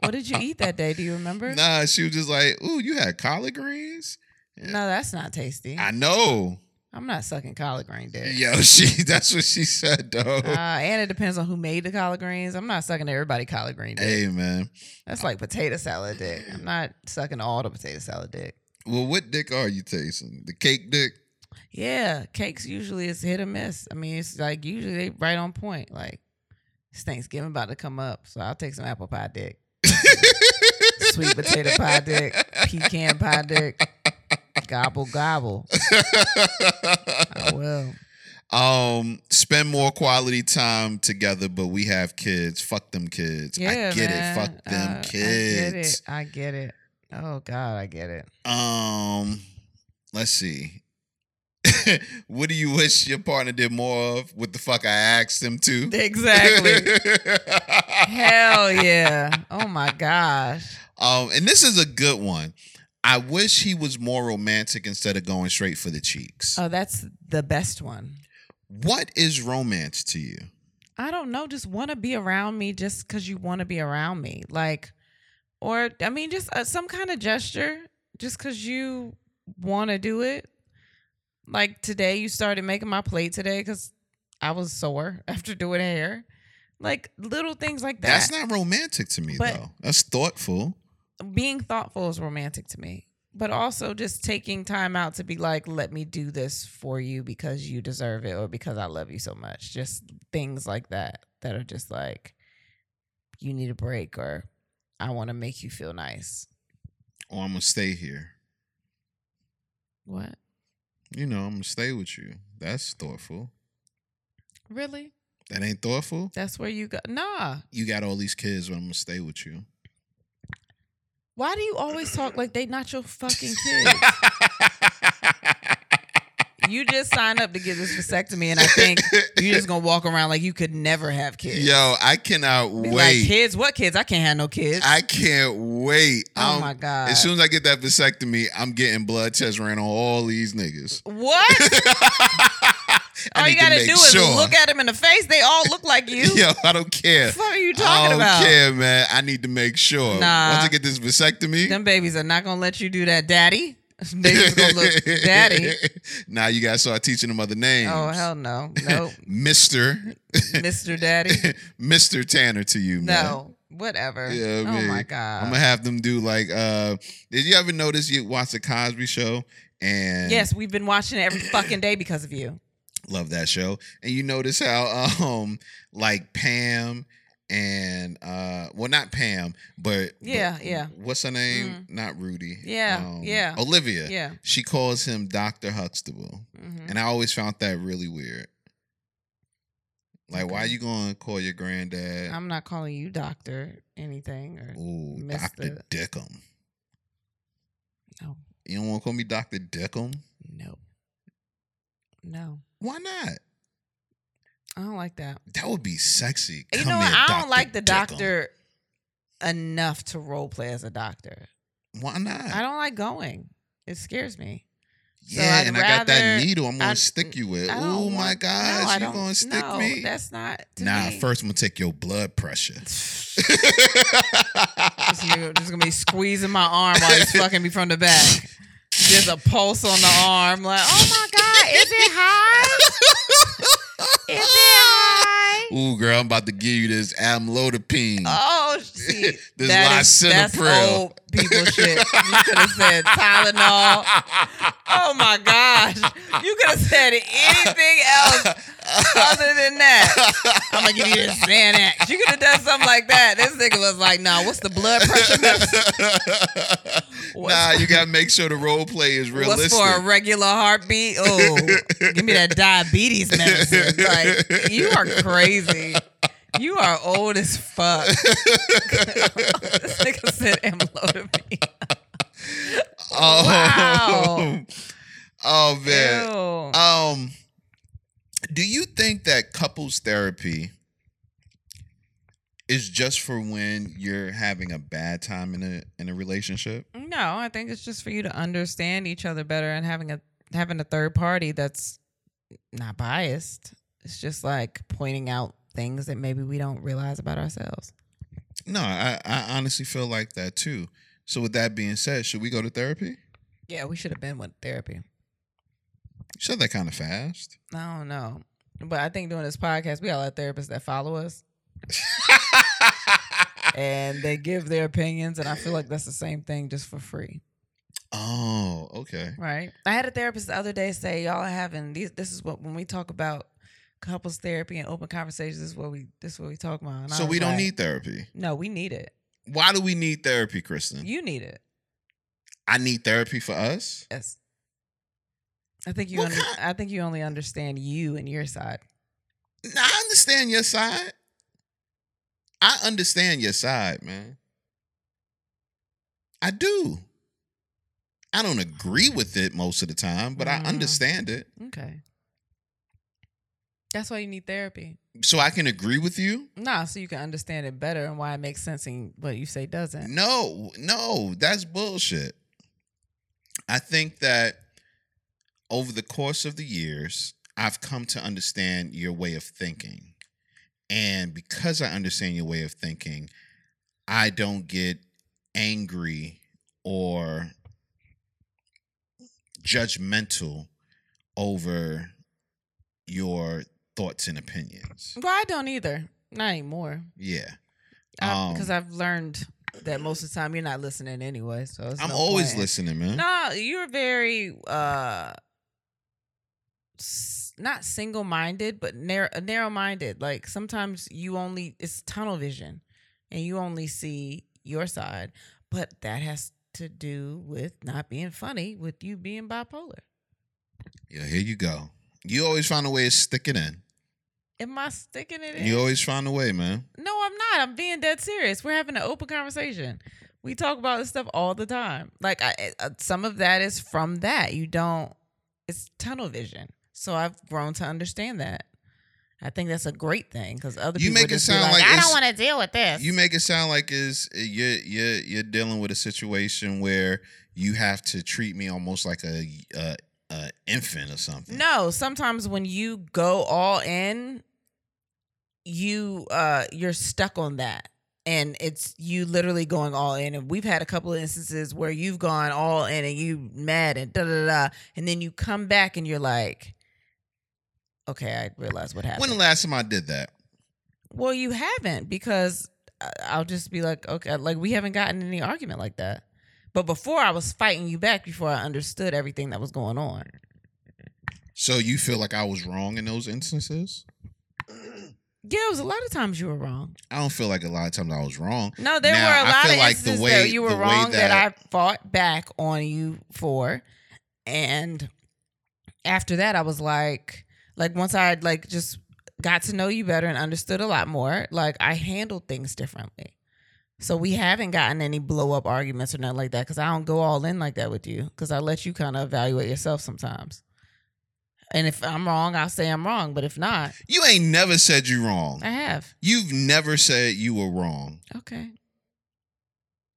What did you eat that day? Do you remember? nah, she was just like, "Ooh, you had collard greens." No, that's not tasty. I know. I'm not sucking collard green dick. Yo, she. That's what she said, though. Uh, and it depends on who made the collard greens. I'm not sucking everybody collard green dick. hey, man. That's like potato salad dick. I'm not sucking all the potato salad dick. Well, what dick are you tasting? The cake dick. Yeah, cakes usually is hit or miss. I mean, it's like usually they right on point. Like it's Thanksgiving about to come up, so I'll take some apple pie dick, sweet potato pie dick, pecan pie dick, gobble gobble. Oh, I will. Um, spend more quality time together, but we have kids. Fuck them kids. Yeah, I get man. it. Fuck Uh, them kids. I get it. I get it. Oh God, I get it. Um, let's see. what do you wish your partner did more of? What the fuck I asked them to? Exactly. Hell yeah. Oh my gosh. um, and this is a good one. I wish he was more romantic instead of going straight for the cheeks. Oh, that's the best one. what is romance to you? I don't know, just want to be around me just because you want to be around me. Like, or, I mean, just uh, some kind of gesture just because you want to do it. Like today, you started making my plate today because I was sore after doing hair. Like little things like that. That's not romantic to me But- though. That's thoughtful. being thoughtful is romantic to me but also just taking time out to be like let me do this for you because you deserve it or because i love you so much just things like that that are just like you need a break or i want to make you feel nice Or I'm gonna Oh, stay here. what You know, I'm gonna stay with you. That's thoughtful. really That ain't thoughtful. that's where you go nah You got all these kids, but I'm gonna stay with you. why do you always talk like they not your fucking kids you just signed up to get this vasectomy and i think you just gonna walk around like you could never have kids Yo, I cannot Be like wait. kids what kids i can't have no kids I can't wait. Oh I'm- my god! As soon as I get that vasectomy, I'm getting blood test ran on all these niggas. what? I All need you to gotta make do is sure. look at them in the face. They all look like you. Yo, I don't care. What the fuck are you I talking don't about? care, man. I need to make sure. Nah. Once I get this vasectomy, Them babies are not gonna let you do that, daddy. They just gonna look, daddy. now you guys start teaching them other names. Oh hell no, nope, Mister, Mister Daddy. Mister Tanner to you, man. No, whatever. Yeah, oh man. my god. I'm gonna have them do like. uh Did you ever notice you watch the Cosby Show? And yes, we've been watching it every fucking day because of you. love that show. And you notice how um like Pam and uh well not Pam but Yeah, but yeah. Mm-hmm. what's her name not Rudy Um, Yeah, yeah. Olivia Yeah. she calls him Doctor Huxtable Mhm. and I always found that really weird. Like, why Okay. you going to call your granddad? I'm not calling you doctor anything or Ooh, Mr. Doctor Dickum. No. You don't want to call me Doctor Dickum? no, no. Why not? I don't like that. That would be sexy. You Come know what? here, I Dr. don't like the Dickum. doctor enough to role play as a doctor. Why not? I don't like going. It scares me. So yeah, I'd and I got that rather- needle. I'm gonna I- stick you with. I Oh don't my want- no, gosh, I you don't- gonna stick no, me? That's not. To Nah, me. first I'm gonna take your blood pressure. This nigga just gonna be squeezing my arm while he's fucking me from the back. There's a pulse on the arm. Like, oh my god, is it high? Is it high? Ooh, girl, I'm about to give you this amlodipine. Oh, see, This that is, that's Lisinopril. old people shit. You could have said Tylenol. Oh my gosh. You could have said anything else other than that. I'm gonna give you this Xanax. You could have done something like that. This nigga was like, nah, what's the blood pressure? medicine? What's, nah, you gotta make sure the role play is realistic. what's for a regular heartbeat? Oh, give me that diabetes medicine. Like, you are crazy. You are old as fuck. this nigga said amlodipine. oh, Wow. oh man. Ew. Um, do you think that couples therapy is just for when you're having a bad time in a in a relationship? No, I think it's just for you to understand each other better and having a having a third party that's not biased. It's just like pointing out things that maybe we don't realize about ourselves. No, I, I honestly feel like that too. So with that being said, should we go to therapy? You Yeah, we should have been with therapy. said that kind of fast. I don't know. But I think doing this podcast, we all have therapists that follow us and they give their opinions and I feel like that's the same thing just for free. oh, okay. Right. I had a therapist the other day say, "Y'all are having these. This is what when we talk about couples therapy and open conversations. This is what we. This is what we talk about." And I So was we don't like, need therapy. No, we need it. Why do we need therapy, Kristen? You need it. I need therapy for us. Yes. I think you. What Under, kind- I think you only understand you and your side. Nah, I understand your side. I understand your side, man. I do. I don't agree with it most of the time, but Mm. I understand it. Okay. That's why you need therapy. So I can agree with you? Nah, so you can understand it better and why it makes sense and what you say doesn't. No, no, that's bullshit. I think that over the course of the years, I've come to understand your way of thinking. And because I understand your way of thinking, I don't get angry or judgmental over your thoughts and opinions. Well, I don't either. Not anymore. Yeah. Um, Because I've learned that most of the time you're not listening anyway. So it's I'm no always point. listening, man. No, you're very uh s- not single-minded, but narrow narrow-minded. Like sometimes you only it's tunnel vision and you only see your side, but that has to do with not being funny with you being bipolar. Yeah, here you go. You always find a way to stick it in. Am I sticking it in? You always find a way, man. No, I'm not. I'm being dead serious. We're having an open conversation. We talk about this stuff all the time. Like I, uh, some of that is from that. You don't. It's tunnel vision. So I've grown to understand that. I think that's a great thing because other You people make it just be sound like, like I it's- don't want to deal with this. You make it sound like is you're you're you're dealing with a situation where you have to treat me almost like a, a, a infant or something. No, sometimes when you go all in, you uh you're stuck on that. And it's you literally going all in. And we've had a couple of instances where you've gone all in and you mad and da da da. And then you come back and you're like, okay, I realize what happened. When the last time I did that? well, you haven't because I- I'll just be like, okay, like we haven't gotten any argument like that. But before I was fighting you back before I understood everything that was going on. So you feel like I was wrong in those instances? Yeah, it was a lot of times you were wrong. I don't feel like a lot of times I was wrong. No, there Now, were I a lot feel of like the instances way- that you were the way wrong that, that- I fought back on you for, and after that, I was like, like once I had like just got to know you better and understood a lot more, like I handled things differently. So we haven't gotten any blow up arguments or nothing like that because I don't go all in like that with you because I let you kind of evaluate yourself sometimes. And if I'm wrong, I'll say I'm wrong. But if not, You ain't never said you wrong. I have. You've never said you were wrong. Okay.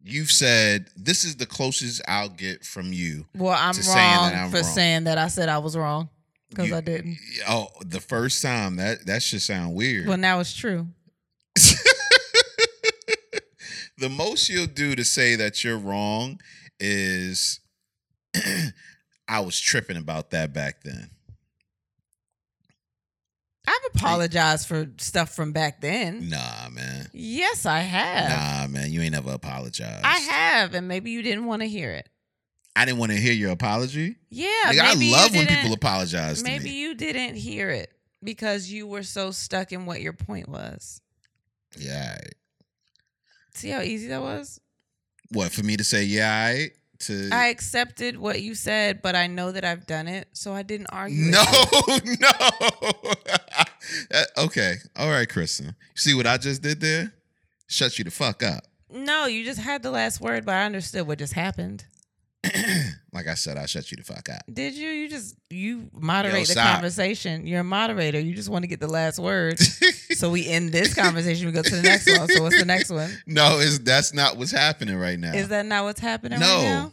You've said this is the closest I'll get from you. Well, I'm to wrong saying that I'm for wrong. saying that I said I was wrong because You- I didn't. Oh, the first time that that should sound weird. Well, now it's true. the most you'll do to say that you're wrong is I was tripping about that back then. I've apologized for stuff from back then. Nah, man. Yes, I have. Nah, man. You ain't never apologized. I have, and maybe you didn't want to hear it. I didn't want to hear your apology. Yeah, Nigga, I maybe you love when didn't- people apologize to Maybe me. you didn't hear it because you were so stuck in what your point was. Yeah. alright. See how easy that was? What for me to say? Yeah, alright, to I accepted what you said, but I know that I've done it, so I didn't argue. with No, you. no. Uh, okay. All right, Kristen. See what I just did there? Shut you the fuck up. no, you just had the last word, but I understood what just happened. like I said, I shut you the fuck up. Did you? You just you moderate the stop. conversation. You're a moderator. You just want to get the last word. so we end this conversation. We go to the next one. So what's the next one? No, it's that's not what's happening right now. Is that not what's happening no. right now?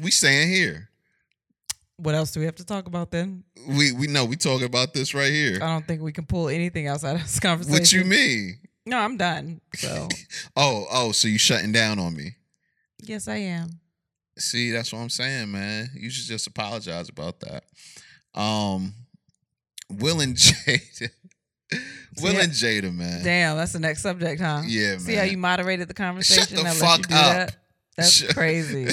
We staying here. What else do we have to talk about then? We we know we talking about this right here. I don't think we can pull anything else out of this conversation. what you mean? No, I'm done. So Oh, oh, so you shutting down on me. yes, I am. See, that's what I'm saying, man. You should just apologize about that. Um Will and Jada. Will See, and Jada, man. Damn, that's the next subject, huh? Yeah, See man. how you moderated the conversation? the I let fuck you do up. That? That's Shut- crazy.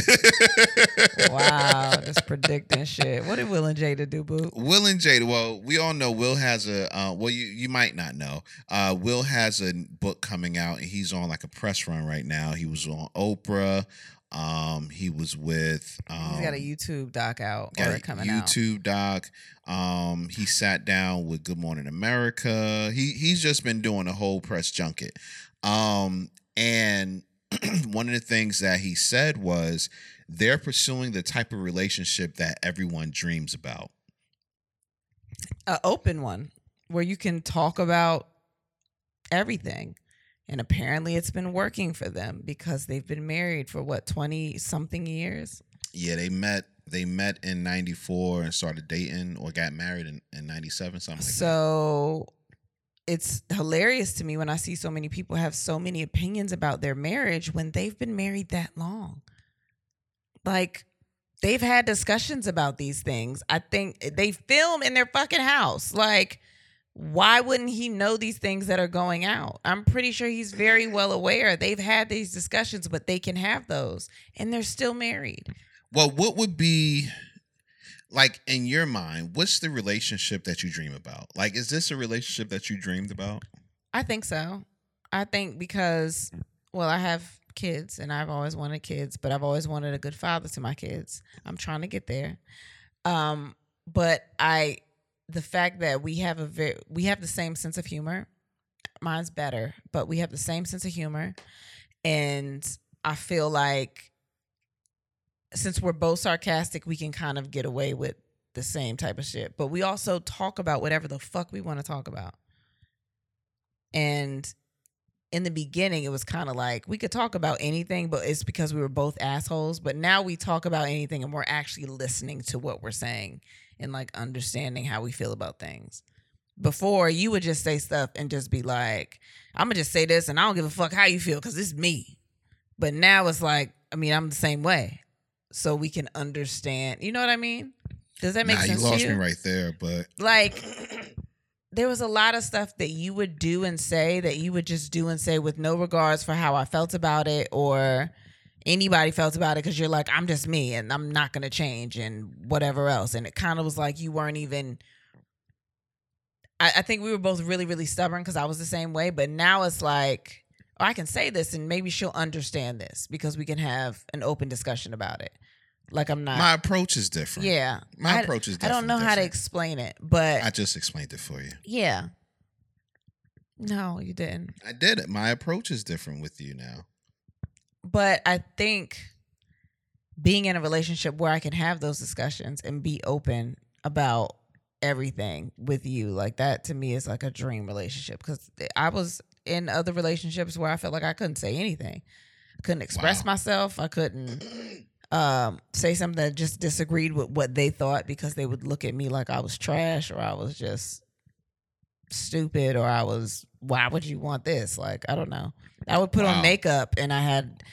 wow, just predicting shit. What did Will and Jada do, boo? Will and Jada. Well, we all know Will has a. Uh, well, you you might not know. Uh, Will has a book coming out, and he's on like a press run right now. He was on Oprah. Um, he was with. Um, He's got a YouTube doc out got or a coming out. YouTube doc. Um, he sat down with Good Morning America. He he's just been doing a whole press junket. Um, and one of the things that he said was they're pursuing the type of relationship that everyone dreams about. a open one where you can talk about everything. And apparently it's been working for them because they've been married for what, 20 something years? Yeah, they met. They met in '94 and started dating, or got married in in '97, something like that. So it's hilarious to me when I see so many people have so many opinions about their marriage when they've been married that long. Like they've had discussions about these things. I think they film in their fucking house. Like why wouldn't he know these things that are going out? I'm pretty sure he's very well aware. They've had these discussions, but they can have those and they're still married. Well, what would be like in your mind? What's the relationship that you dream about? Like, is this a relationship that you dreamed about? I think so. I think because well, I have kids and I've always wanted kids, but I've always wanted a good father to my kids. I'm trying to get there. Um, but I the fact that we have a very we have the same sense of humor. Mine's better, but we have the same sense of humor and I feel like since we're both sarcastic, we can kind of get away with the same type of shit. But we also talk about whatever the fuck we want to talk about. And in the beginning, it was kind of like we could talk about anything, but it's because we were both assholes. But now we talk about anything and we're actually listening to what we're saying and like understanding how we feel about things. Before, you would just say stuff and just be like, I'm going to just say this and I don't give a fuck how you feel because it's me. But now it's like, I mean, I'm the same way. So we can understand. You know what I mean? Does that make nah, sense? you lost to you? me right there, but like there was a lot of stuff that you would do and say that you would just do and say with no regards for how I felt about it or anybody felt about it because you're like I'm just me and I'm not gonna change and whatever else and it kind of was like you weren't even. I, I think we were both really really stubborn because I was the same way, but now it's like oh, I can say this and maybe she'll understand this because we can have an open discussion about it. Like I'm not. my approach is different. Uh, yeah, my I- approach is. I Definitely don't know how to different. explain it, but I just explained it for you. yeah. No, you didn't. I did it. My approach is different with you now. But I think being in a relationship where I can have those discussions and be open about everything with you, like that to me is like a dream relationship. Cause I was in other relationships where I felt like I couldn't say anything. I couldn't express Wow. myself. I couldn't um say something that just disagreed with what they thought because they would look at me like I was trash or I was just stupid or I was why would you want this? Like I don't know. I would put Wow. on makeup and I had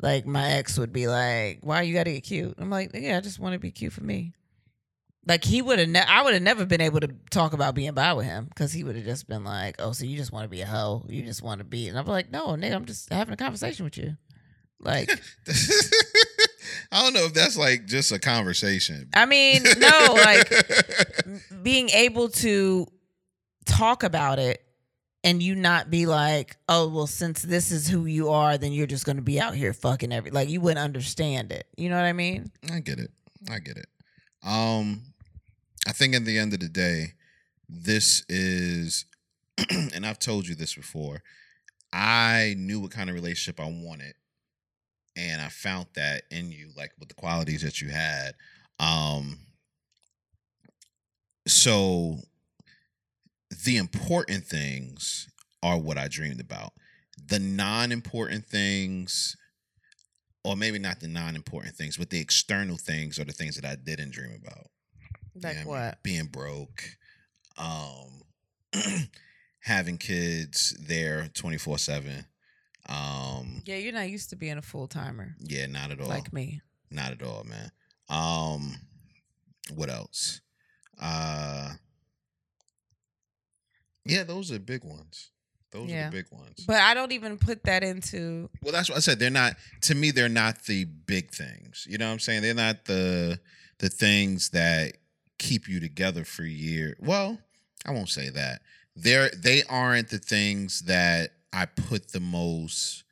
like my ex would be like, "Why you got to get cute?" I'm like, "Yeah, I just want to be cute for me." Like he would have, ne- I would have never been able to talk about being bi with him because he would have just been like, "Oh, so you just want to be a hoe? You just want to be?" And I'm like, "No, nigga, I'm just having a conversation with you." Like, I don't know if that's like just a conversation. I mean, no, like being able to talk about it and you not be like, oh, well, since this is who you are, then you're just going to be out here fucking every. Like, you wouldn't understand it. You know what I mean? I get it. I get it. Um, I think at the end of the day, this is, and I've told you this before. I knew what kind of relationship I wanted, and I found that in you, like with the qualities that you had. Um, so the important things are what I dreamed about. The non-important things or maybe not the non-important things, but the external things are the things that I didn't dream about. Like, Yeah, I mean, what? Being broke, um, having kids there twenty four seven. Um, Yeah, you're not used to being a full timer yeah, not at all. like me. Not at all, man. Um, what else? Uh, yeah, those are big ones. Those Yeah. are the big ones. But I don't even put that into. Well, that's what I said. They're not to me. They're not the big things. You know what I'm saying? They're not the the things that keep you together for a year. Well, I won't say that. They're they aren't the things that I put the most.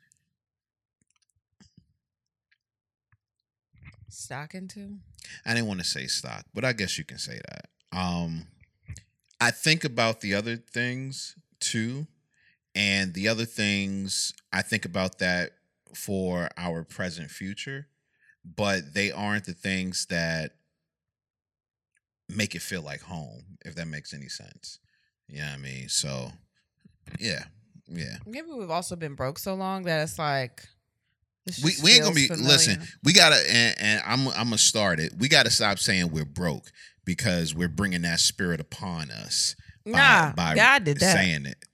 Stock into? I didn't want to say stock, but I guess you can say that. Um, I think about the other things too, and the other things I think about that for our present future, but they aren't the things that make it feel like home. If that makes any sense, you know what I mean. So, yeah, yeah, Maybe we've also been broke so long that it's like This we, just we ain't gonna be feels familiar. listen we gotta and, and i'm i'm gonna start it we gotta stop saying we're broke because we're bringing that spirit upon us by- Nah, by God did that. saying it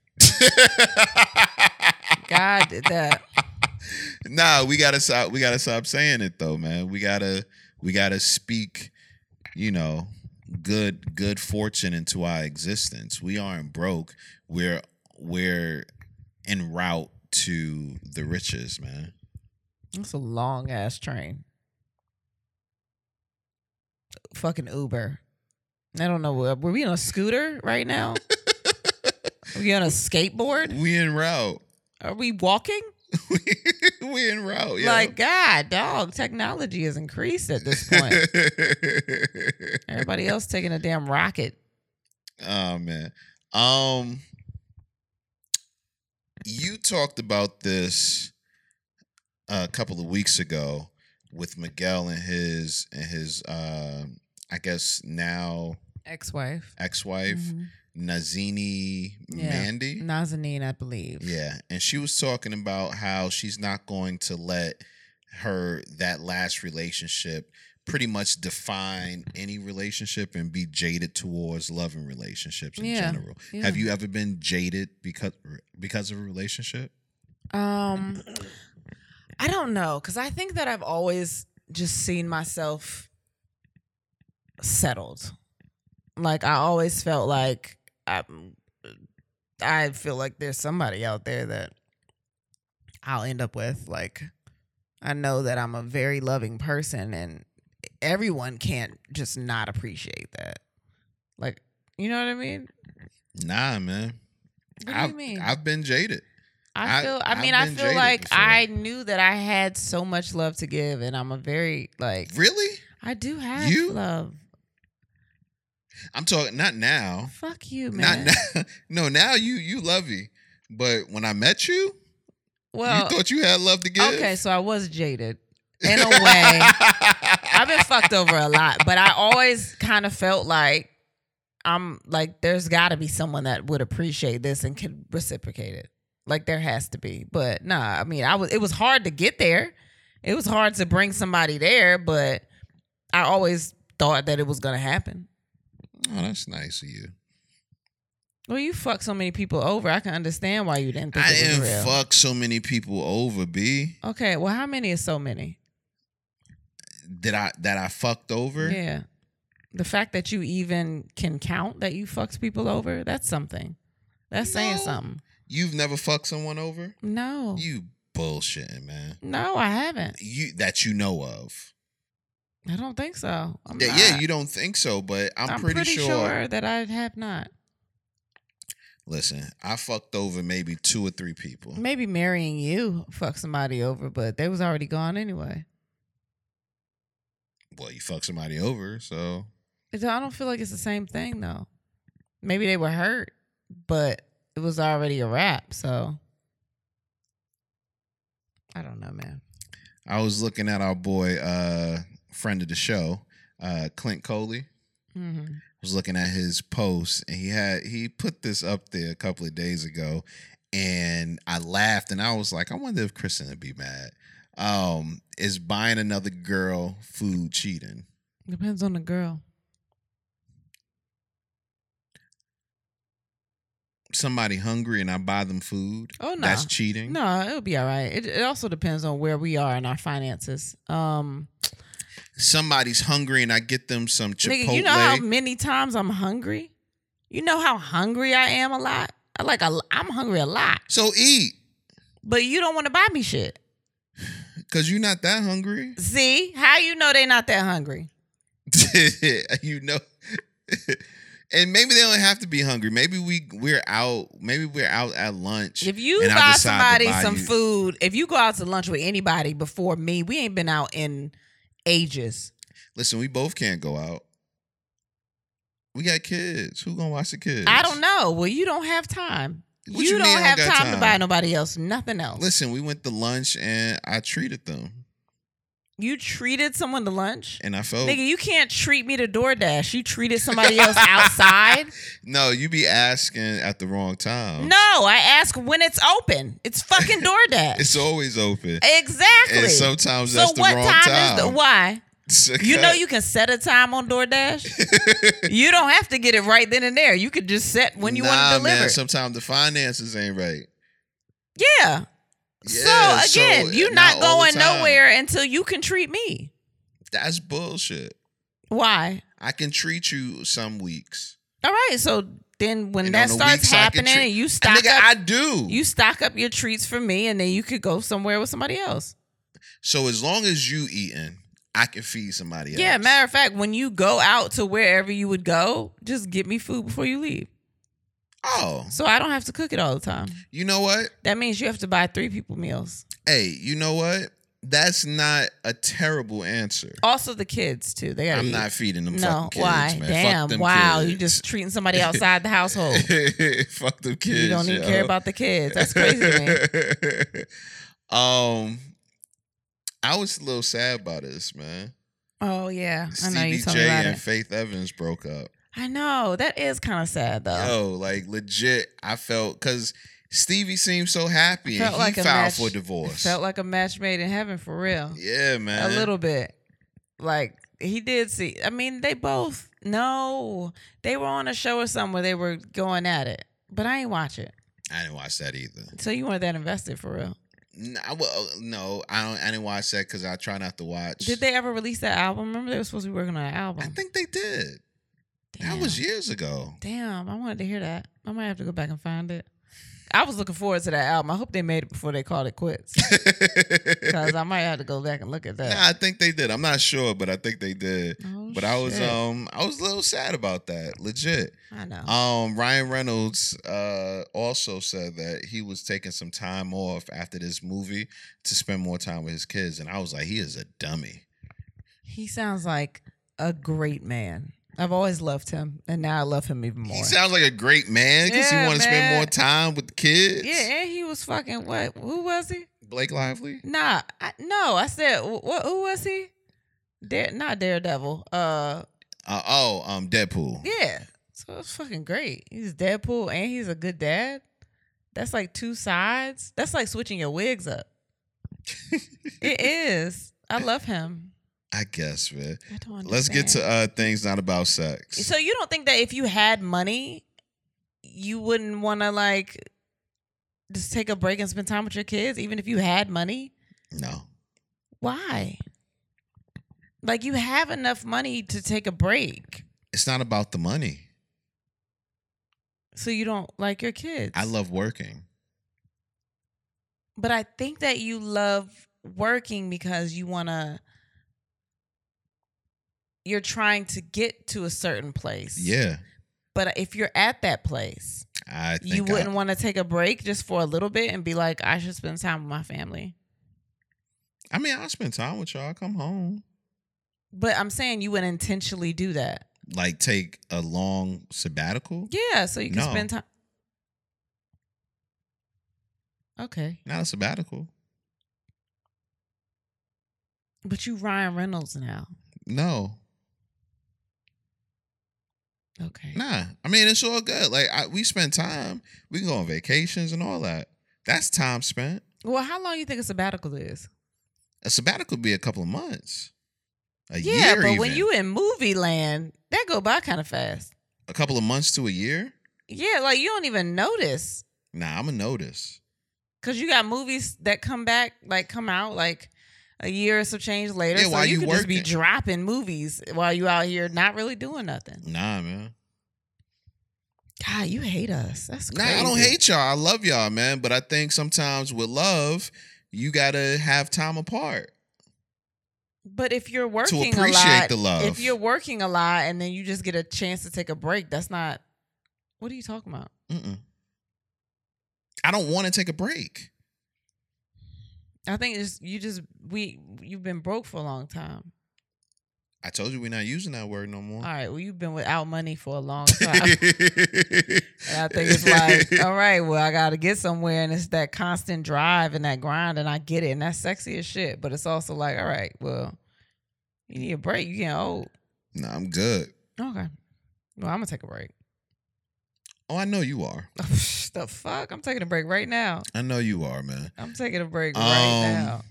God did that. nah we gotta stop we gotta stop saying it though man we gotta we gotta speak you know good good fortune into our existence we aren't broke we're we're en route to the riches man That's a long ass train. Fucking Uber. I don't know. Were were we on a scooter right now? Are we on a skateboard? we en route Are we walking? we en route Oh, yeah. Like, God, dog, technology has increased at this point. Everybody else taking a damn rocket. oh man. Um you talked about this a couple of weeks ago with Miguel and his and his uh I guess now Ex wife. ex-wife Nazini Mm-hmm. Yeah. Mandy. Nazanin, I believe. Yeah, and she was talking about how she's not going to let her that last relationship pretty much define Mm-hmm. any relationship and be jaded towards loving relationships in Yeah, general. yeah. Have you ever been jaded because because of a relationship? Um, I don't know, because I think that I've always just seen myself settled. Like I always felt like I, I feel like there's somebody out there that I'll end up with. Like I know that I'm a very loving person, and everyone can't just not appreciate that. Like you know what I mean? Nah, man. What do I've, you mean? I've been jaded. I- I feel. I, I've mean, I been feel jaded like before. I knew that I had so much love to give, and I'm a very like Really? I do have You? love. I'm talking not now. Fuck you, Not man. now. No, now you you lovey. But when I met you, well, you thought you had love to give. okay, so I was jaded in a way. I've been fucked over a lot, but I always kind of felt like I'm like there's got to be someone that would appreciate this and could reciprocate it. Like there has to be, but nah. I mean, I was it was hard to get there. It was hard to bring somebody there, but I always thought that it was gonna happen. Oh, that's nice of you. Well, you fucked so many people over. I can understand why you didn't think I it was didn't real. fuck so many people over, B. Okay, well, how many is so many? That I that I fucked over. Yeah, the fact that you even can count that you fucked people over—that's something. That's saying No. something. You've never fucked someone over? No. You bullshitting, man. no, I haven't. You that you know of. I don't think so. I'm Yeah, not. yeah, you don't think so, but I'm, pretty, sure. that I have not. Listen, I fucked over maybe two or three people. Maybe marrying you fucked somebody over, but they was already gone anyway. Well, you fucked somebody over, so I don't feel like it's the same thing though. Maybe they were hurt, but it was already a wrap, so I don't know, man. I was looking at our boy, uh, friend of the show, uh, Clint Coley. Mm-hmm. was looking at his post and he had he put this up there a couple of days ago and I laughed and I was like, I wonder if Kristen would be mad. Um, is buying another girl food cheating? Depends on the girl. Somebody hungry and I buy them food. Oh, no. That's cheating. No, it'll be all right. It, it also depends on where we are in our finances. Um, Somebody's hungry and I get them some Chipotle. Nigga, you know how many times I'm hungry? You know how hungry I am a lot? I like a, I'm hungry a lot, so eat, but you don't want to buy me shit. cause you're not that hungry. See how you know they not that hungry? you know and maybe they don't have to be hungry maybe we we're out maybe we're out at lunch If you and I buy decide to somebody buy some you- food, if you go out to lunch with anybody before me, we ain't been out in ages. listen we both can't go out we got kids who gonna watch the kids I don't know. Well, you don't have time. What you, you don't mean I have don't got time, to buy time? nobody else nothing else. listen we went to lunch and i treated them you treated someone to lunch. And I felt Nigga, you can't treat me to DoorDash. You treated somebody else outside. no, you be asking at the wrong time. No, I ask when it's open. It's fucking DoorDash. It's always open. exactly. And sometimes so that's the what wrong time, time. is the why? It's You know okay. you can set a time on DoorDash. you don't have to get it right then and there. You could just set when you want Nah, to deliver. Man, sometimes the finances ain't right. yeah. Yeah, So again, so you're not not all the going time. nowhere until you can treat me. That's bullshit. Why? I can treat you some weeks. All right. So then when And that on the starts weeks I can happening treat- and you And stock nigga, up I do. you stock up your treats for me and then you could go somewhere with somebody else. so as long as you eating, I can feed somebody Yeah, else. matter of fact, when you go out to wherever you would go, just get me food before you leave. Oh, So I don't have to cook it all the time. you know what? That means you have to buy three people meals. Hey, you know what? That's not a terrible answer. Also the kids too. They got I'm not feeding them Oh, No, fucking kids, why? man. Damn. Fuck them Wow, kids. you just treating somebody outside the household. Fuck them kids. you don't even yo. care about the kids. That's crazy to me. um, I was a little sad about this, man. Oh yeah, I know Stevie you told J me about and it. Faith Evans broke up. I know that is kind of sad though. Yo, like legit, I felt because Stevie seemed so happy and Felt he like a filed match- for divorce. Felt like a match made in heaven for real. yeah, A man. little bit. Like he did see. I mean, they both. No, they were on a show or something where they were going at it. But I ain't watch it. I didn't watch that either. So you weren't that invested for real. N- I, well, no, I don't. I didn't watch that because I try not to watch. Did they ever release that album? Remember they were supposed to be working on an album. I think they did. Damn. That was years ago. Damn, I wanted to hear that. I might have to go back and find it. I was looking forward to that album. I hope they made it before they called it quits. Because I might have to go back and look at that. Nah, I think they did. I'm not sure, but I think they did. Oh, But I was shit. um I was a little sad about that. Legit. I know. Um Ryan Reynolds uh also said that he was taking some time off after this movie to spend more time with his kids and I was like he is a dummy. he sounds like a great man. I've always loved him, and now I love him even more. He sounds like a great man cuz Yeah, he want to spend man. more time with the kids. yeah, and he was fucking what? Who was he? Blake Lively. Nah, I, no, I said wh- what? Who was he? Dare, not Daredevil. Uh, Uh, oh, um Deadpool. yeah. So it's fucking great. He's Deadpool, and he's a good dad. That's like two sides. That's like switching your wigs up. it is. I love him. I guess, man. I don't understand. Let's get to uh things not about sex. So you don't think that if you had money, you wouldn't want to like just take a break and spend time with your kids, even if you had money? no. Why? Like you have enough money to take a break, It's not about the money. so you don't like your kids. I love working. but I think that you love working because you want to. You're trying to get to a certain place. Yeah. But if you're at that place, I think you I- wouldn't want to take a break just for a little bit and be like, I should spend time with my family. I mean, I spend time with y'all. I come home. But I'm saying you would intentionally do that. Like take a long sabbatical. Yeah, so you can No. spend time. Okay. Not a sabbatical. But you Ryan Reynolds now. No. Okay. Nah. I mean, it's all good. Like I, we spend time. We can go on vacations and all that. That's time spent. Well, how long you think a sabbatical is? A sabbatical would be a couple of months. A yeah, year. but when even. you in movie land, that go by kind of fast. a couple of months to a year. Yeah, like you don't even notice Nah, I'ma notice. because you got movies that come back, like come out like a year or so change later. Yeah, so while you, you could just be working. dropping movies while you out here not really doing nothing. Nah, man. God, you hate us. That's Nah, crazy. I don't hate y'all. I love y'all, man. But I think sometimes with love, you gotta have time apart. But if you're working a appreciate lot, the love. if you're working a lot and then you just get a chance to take a break, that's not. What are you talking about? Mm-mm. I don't want to take a break. I think it's, you just we you've been broke for a long time. I told you we're not using that word no more. All right. Well, you've been without money for a long time. And I think it's like, oh. all right, well, I got to get somewhere. And it's that constant drive and that grind. And I get it. And that's sexy as shit. But it's also like, all right, well, you need a break. You getting old. no, I'm good. Okay. Well, I'm going to take a break. Oh, I know you are. the fuck? I'm taking a break right now. I know you are, man. I'm taking a break Um, right now.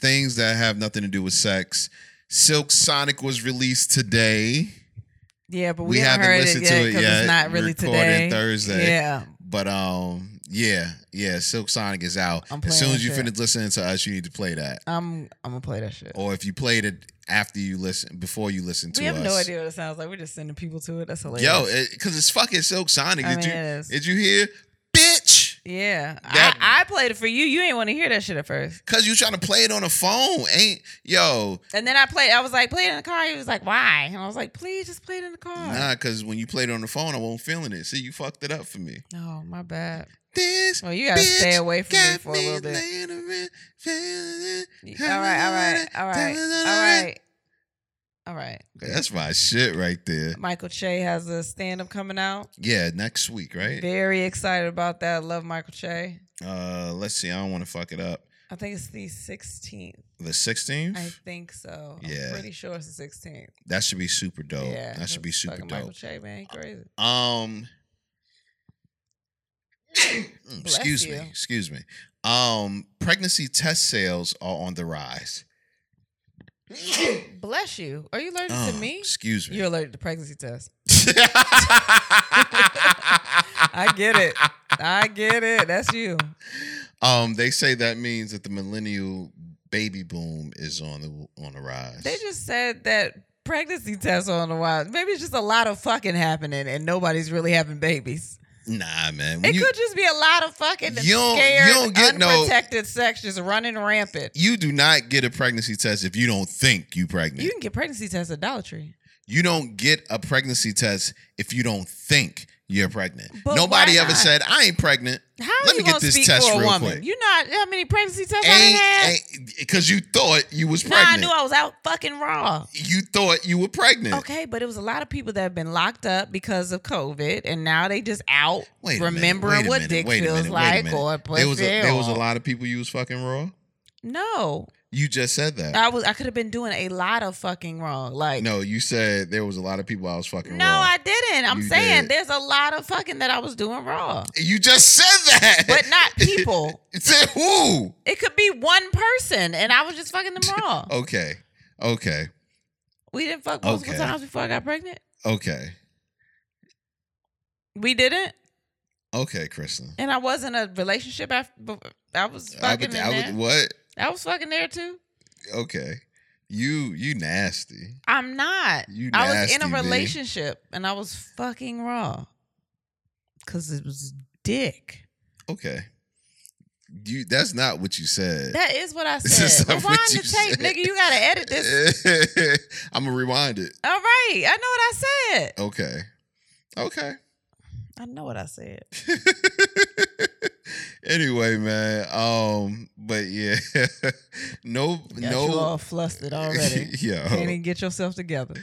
Things that have nothing to do with sex. Silk Sonic was released today, Yeah, but we we, haven't haven't heard listened it to yet it because yet. it's not really Recorded today. Thursday. Yeah. but um, yeah, yeah, Silk Sonic is out. I'm As playing soon that as you shit. finish listening to us, you need to play that. I'm I'm gonna play that shit. Or if you played it after you listen, before you listen to we have us, no idea what it sounds like. We're just sending people to it. That's hilarious. Yo, because it's fucking Silk Sonic. I did mean, you it is. did you hear, bitch? yeah. That- I, I played it for you. You ain't want to hear that shit at first. Cause you trying to play it on a phone, ain't yo? And then I played. I was like, play it in the car. He was like, why? And I was like, please just play it in the car. Nah, cause when you played it on the phone, I wasn't feeling it. See, you fucked it up for me. No, Oh, my bad. This Well, you gotta stay bitch away from me got for a little bit. laying around, feeling it. All right, all right, all right, all right, all right. That's my shit right there. Michael Che has a stand up coming out. Yeah, next week, right? Very excited about that. Love Michael Che. Uh, let's see. I don't want to fuck it up. I think it's the 16th. The I 16th. think so. Yeah. I'm pretty sure it's the 16th. That should be super dope. yeah. that should be that's super fucking dope. Michael Che, man. He Crazy. Um mm, Excuse you. me. Excuse me. Um pregnancy test sales are on the rise. Bless you. Are you allergic Uh, to me? Excuse me. You're allergic to pregnancy tests. I get it. I get it. That's you. um they say that means that the millennial baby boom is on the on the rise. They just said that pregnancy tests are on the wild. Maybe it's just a lot of fucking happening and nobody's really having babies. nah, man. It When you, could just be a lot of fucking You don't- you scared, don't get no- unprotected sex just running rampant. you do not get a pregnancy test if you don't think you pregnant. You can get pregnancy tests at Dollar Tree. You don't get a pregnancy test if you don't think you're pregnant. But Nobody why ever not? said I ain't pregnant. How Let are me you get gonna this speak test for a real women? quick. You not how many pregnancy tests I done had? Ain't because you thought you was Nah, I pregnant. knew I was out fucking raw. you thought you were pregnant. Okay, but it was a lot of people that have been locked up because of COVID, and now they just out Wait a minute, remembering wait a what minute, dick wait a feels minute, wait a like minute. or pussy. There was a, there was a or- lot of people you was fucking raw. No, You just said that. I was I could have been doing a lot of fucking wrong. Like no, you said there was a lot of people I was fucking no, raw. I didn't. I'm You saying did. there's a lot of fucking that I was doing wrong, You just said that. but not people. It said who? it could be one person, and I was just fucking them Oh, wrong. Okay, okay, We didn't fuck multiple Okay. times before I got pregnant. okay, We didn't, okay, Kristen. and I wasn't a relationship. After I was I fucking would, in I there. would, what? I was fucking there too. Okay, you you nasty. I'm not. You I was in nasty, a B. relationship and I was fucking raw. Cause it was dick. Okay. You that's not what you said. That is what I This is said. not Rewind what you the tape, said. nigga. You gotta edit this. I'm gonna rewind it. All right. I know what I said. Okay. Okay. I know what I said. anyway, man. Um, but yeah. no Got you no all flustered already. Can't Yo, even get yourself together.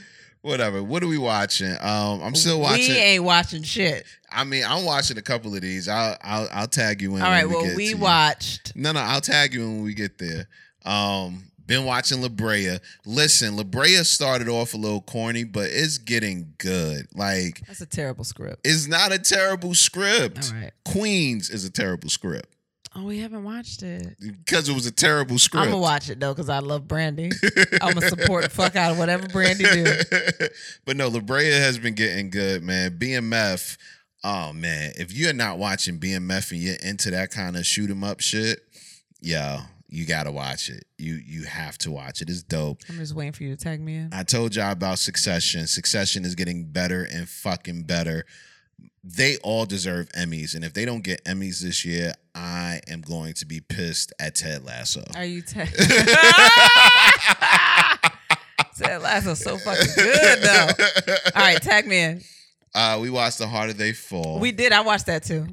whatever. What are we watching? Um, I'm still watching. We ain't watching shit. I mean, I'm watching a couple of these. I'll I'll, I'll tag you in. all right. when we well, get to we you. watched. No, no, I'll tag you when we get there. Um, been watching La Brea. Listen, La Brea started off a little corny, but it's getting good. Like, That's a terrible script. it's not a terrible script. All right. Queens is a terrible script Oh, we haven't watched it. because it was a terrible script. I'm gonna watch it though, cause I love Brandy. I'm gonna support the fuck out of whatever Brandy do. but no, La Brea has been getting good, man. BMF. Oh man, if you're not watching BMF and you're into that kind of shoot 'em up shit, yo, you gotta watch it. You you have to watch it. It's dope. I'm just waiting for you to tag me in. I told y'all about Succession. Succession is getting better and fucking better. They all deserve Emmys, and if they don't get Emmys this year, I am going to be pissed at Ted Lasso. Are you tag? Ted Lasso so fucking good though. All right, tag me in. Uh, we watched The Harder They Fall. We did. I watched that too.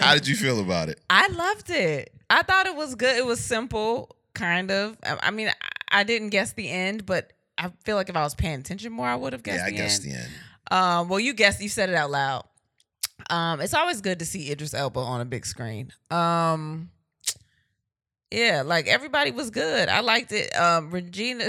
How did you feel about it? I loved it. I thought it was good. It was simple, kind of. I, I mean, I, I didn't guess the end, but I feel like if I was paying attention more, I would have guessed yeah, I the guess end. the end. Um, well, you guessed. You said it out loud. Um, it's always good to see Idris Elba on a big screen. Um, yeah, like everybody was good. I liked it. Um, Regina,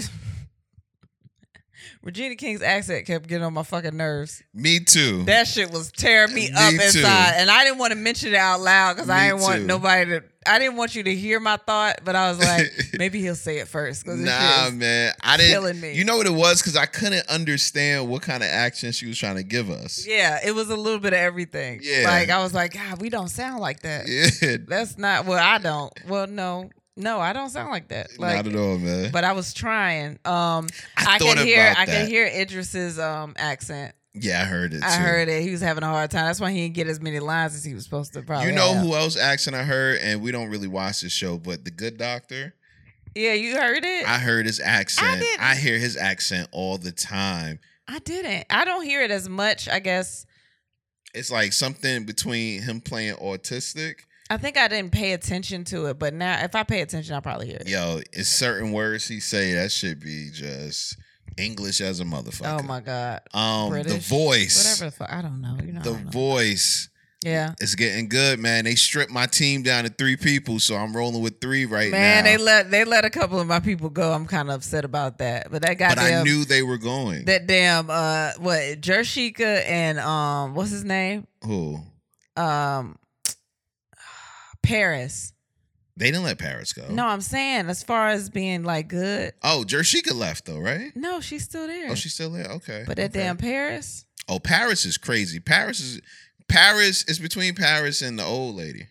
Regina King's accent kept getting on my fucking nerves. Me too. That shit was tearing me, Me up too. inside, and I didn't want to mention it out loud because I Me didn't want too. nobody to. I didn't want you to hear my thought, but I was like, maybe he'll say it first. 'cause this shit nah, is- man. I didn't. killing me. You know what it was? Because I couldn't understand what kind of action she was trying to give us. yeah, it was a little bit of everything. Yeah. like I was like, God, we don't sound like that. Yeah. That's not well. I don't. Well, no, no, I don't sound like that. Like, Not at all, man. But I was trying. Um, I, I thought could hear. about I that. could hear Idris's um accent. yeah, I heard it. I too. heard it. He was having a hard time. That's why he didn't get as many lines as he was supposed to. Probably. You know have. who else accent I heard, and we don't really watch this show, but the Good Doctor. Yeah, you heard it. I heard his accent. I, didn't. hear his accent all the time. I didn't. I don't hear it as much. I guess. It's like something between him playing autistic. I think I didn't pay attention to it, but now if I pay attention, I'll probably hear it. Yo, it's certain words he say that should be just English as a motherfucker. Oh my god. Um, the British, voice, Whatever the fuck. I don't know. You know. I the don't know. voice. yeah. It's getting good, man. They stripped my team down to three people, so I'm rolling with three right Man, now. they let they let a couple of my people go. I'm kind of upset about that. But that but goddamn I knew they were going. that damn uh what Jershika and um what's his name Who? um Paris. They didn't let Paris go. No, I'm saying as far as being like good. Oh, Jershika left though, right? No, she's still there. Oh, she's still there. Okay. but that okay. damn Paris. Oh, Paris is crazy. Paris is Paris is between Paris and the old lady.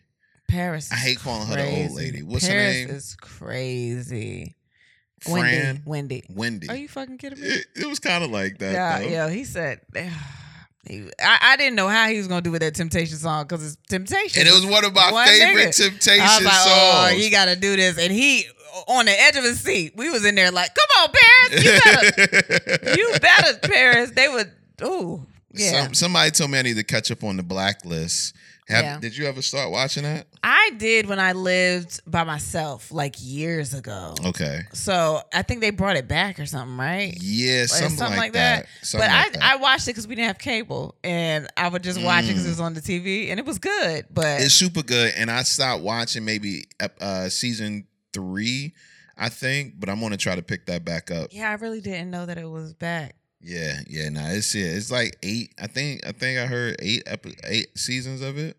Paris. Is I hate calling her the old crazy. lady. What's Paris her name? Is crazy. Fran. Wendy. Wendy. Wendy. Are you fucking kidding me? it, it was kind of like that. Yeah, though. yeah. He said. he- I, I didn't know how he was gonna do with that temptation song because it's temptation. And it was one of my One favorite nigga. Temptation I was like, oh, songs. you gotta do this. And he on the edge of his seat. We was in there like, come on, Paris, you better, you better, Paris. They would, ooh, yeah. Some, somebody told me I need to catch up on the blacklist. Have, Yeah. Did you ever start watching that? I did when I lived by myself like years ago. Okay. So I think they brought it back or something, right? Yeah, something, something like like that. that. Something but like I, that. I watched it because we didn't have cable, and I would just watch it because it was on the TV, and it was good. But Mm. it's super good, and I stopped watching maybe uh, uh, season three, I think. But I'm gonna try to pick that back up. yeah, I really didn't know that it was back. Yeah, yeah, no, nah, it's yeah, it's like eight. I think I think I heard eight epi- eight seasons of it.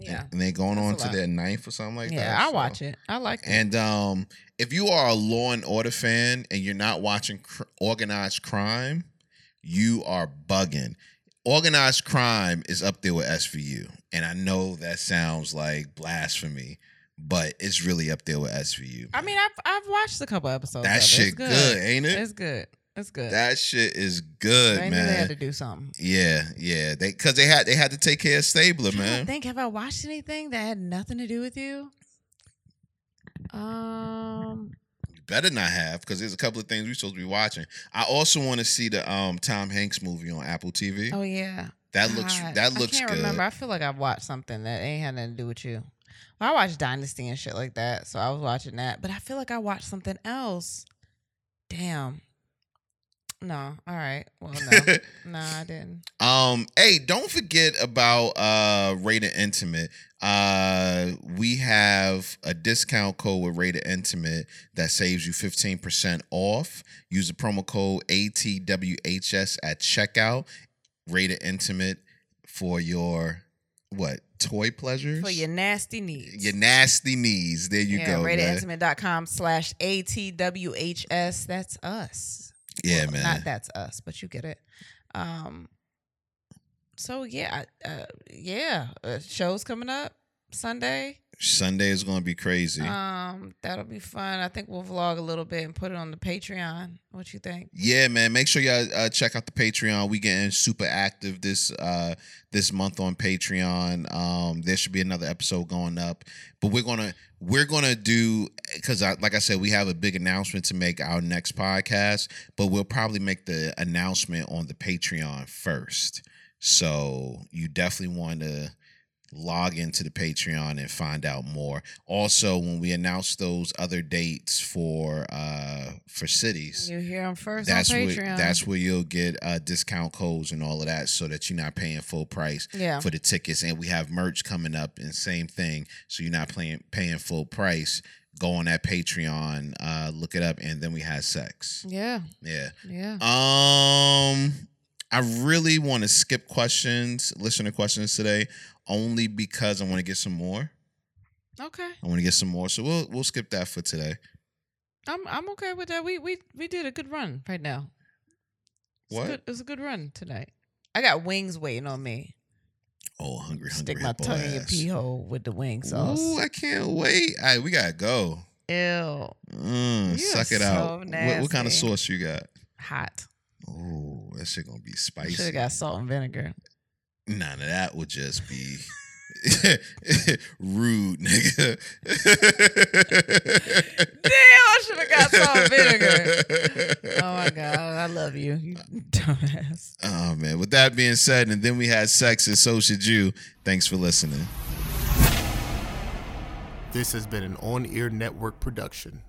Yeah, and, and they going That's a on lot. to their ninth or something like that. yeah, I so. watch it. I like it. And um, if you are a Law and Order fan and you're not watching cr- organized crime, you are bugging. Organized crime is up there with SVU, and I know that sounds like blasphemy, but it's really up there with SVU. I mean, I've I've watched a couple episodes. of it. that It's shit good. good. ain't it? It's good. It's good. Eh. That shit is good, I knew they had to man. do something. Yeah, yeah. They because they had they had to take care of Stabler, I man. think have I watched anything that had nothing to do with you? Um, better not have because there's a couple of things we're supposed to be watching. I also want to see the um Tom Hanks movie on Apple TV. oh yeah, that looks God. that looks I can't good. remember. I feel like I've watched something that ain't had nothing to do with you. Well, I watched Dynasty and shit like that, so I was watching that. But I feel like I watched something else. Damn. No. All right. Well, no. no, I didn't. um, hey, don't forget about uh Rated Intimate. Uh, we have a discount code with Rated Intimate that saves you fifteen percent off. Use the promo code ATWHS at checkout. Rated Intimate for your what toy pleasures For your nasty needs. your nasty knees. There you yeah, go. man. RatedIntimate.com slash ATWHS. That's us. Yeah, Well, man. Not that's us, but you get it. Um. So yeah, I- uh, yeah. Uh, shows coming up Sunday. Sunday is gonna be crazy. Um, that'll be fun. I think we'll vlog a little bit and put it on the Patreon. What you think? yeah, man. Make sure y'all uh, check out the Patreon. We getting super active this uh this month on Patreon. Um, there should be another episode going up, but we're gonna we're gonna do because I, like I said, we have a big announcement to make our next podcast, but we'll probably make the announcement on the Patreon first. So you definitely want to log into the Patreon and find out more. Also, when we announce those other dates for uh for cities, You hear them first that's on where Patreon. that's where you'll get uh discount codes and all of that so that you're not paying full price yeah. for the tickets and we have merch coming up and same thing so you're not playing paying full price go on that patreon uh look it up and then we had sex yeah. yeah Yeah. um i really want to skip questions listener questions today only because i want to get some more Okay. i want to get some more so we'll we'll skip that for today I'm I'm okay with that. We we we did a good run right now. It's What? Good, it's a good run tonight. I got wings waiting on me. oh hungry hungry Stick my hippo tongue in your ass. pee hole with the wing sauce. Ooh, i can't wait all right we gotta go Ew. Mm, You are suck it so out What, what kind of nasty. sauce you got Hot. Oh, that shit gonna be Should spicy. have got salt and vinegar. Nah, nah, that would just be rude, nigga. Damn, I should have got salt and vinegar. Oh my god, I love you, you dumbass. Oh man. With that being said, and then we had sex, and so should you. Thanks for listening. This has been an on air network production.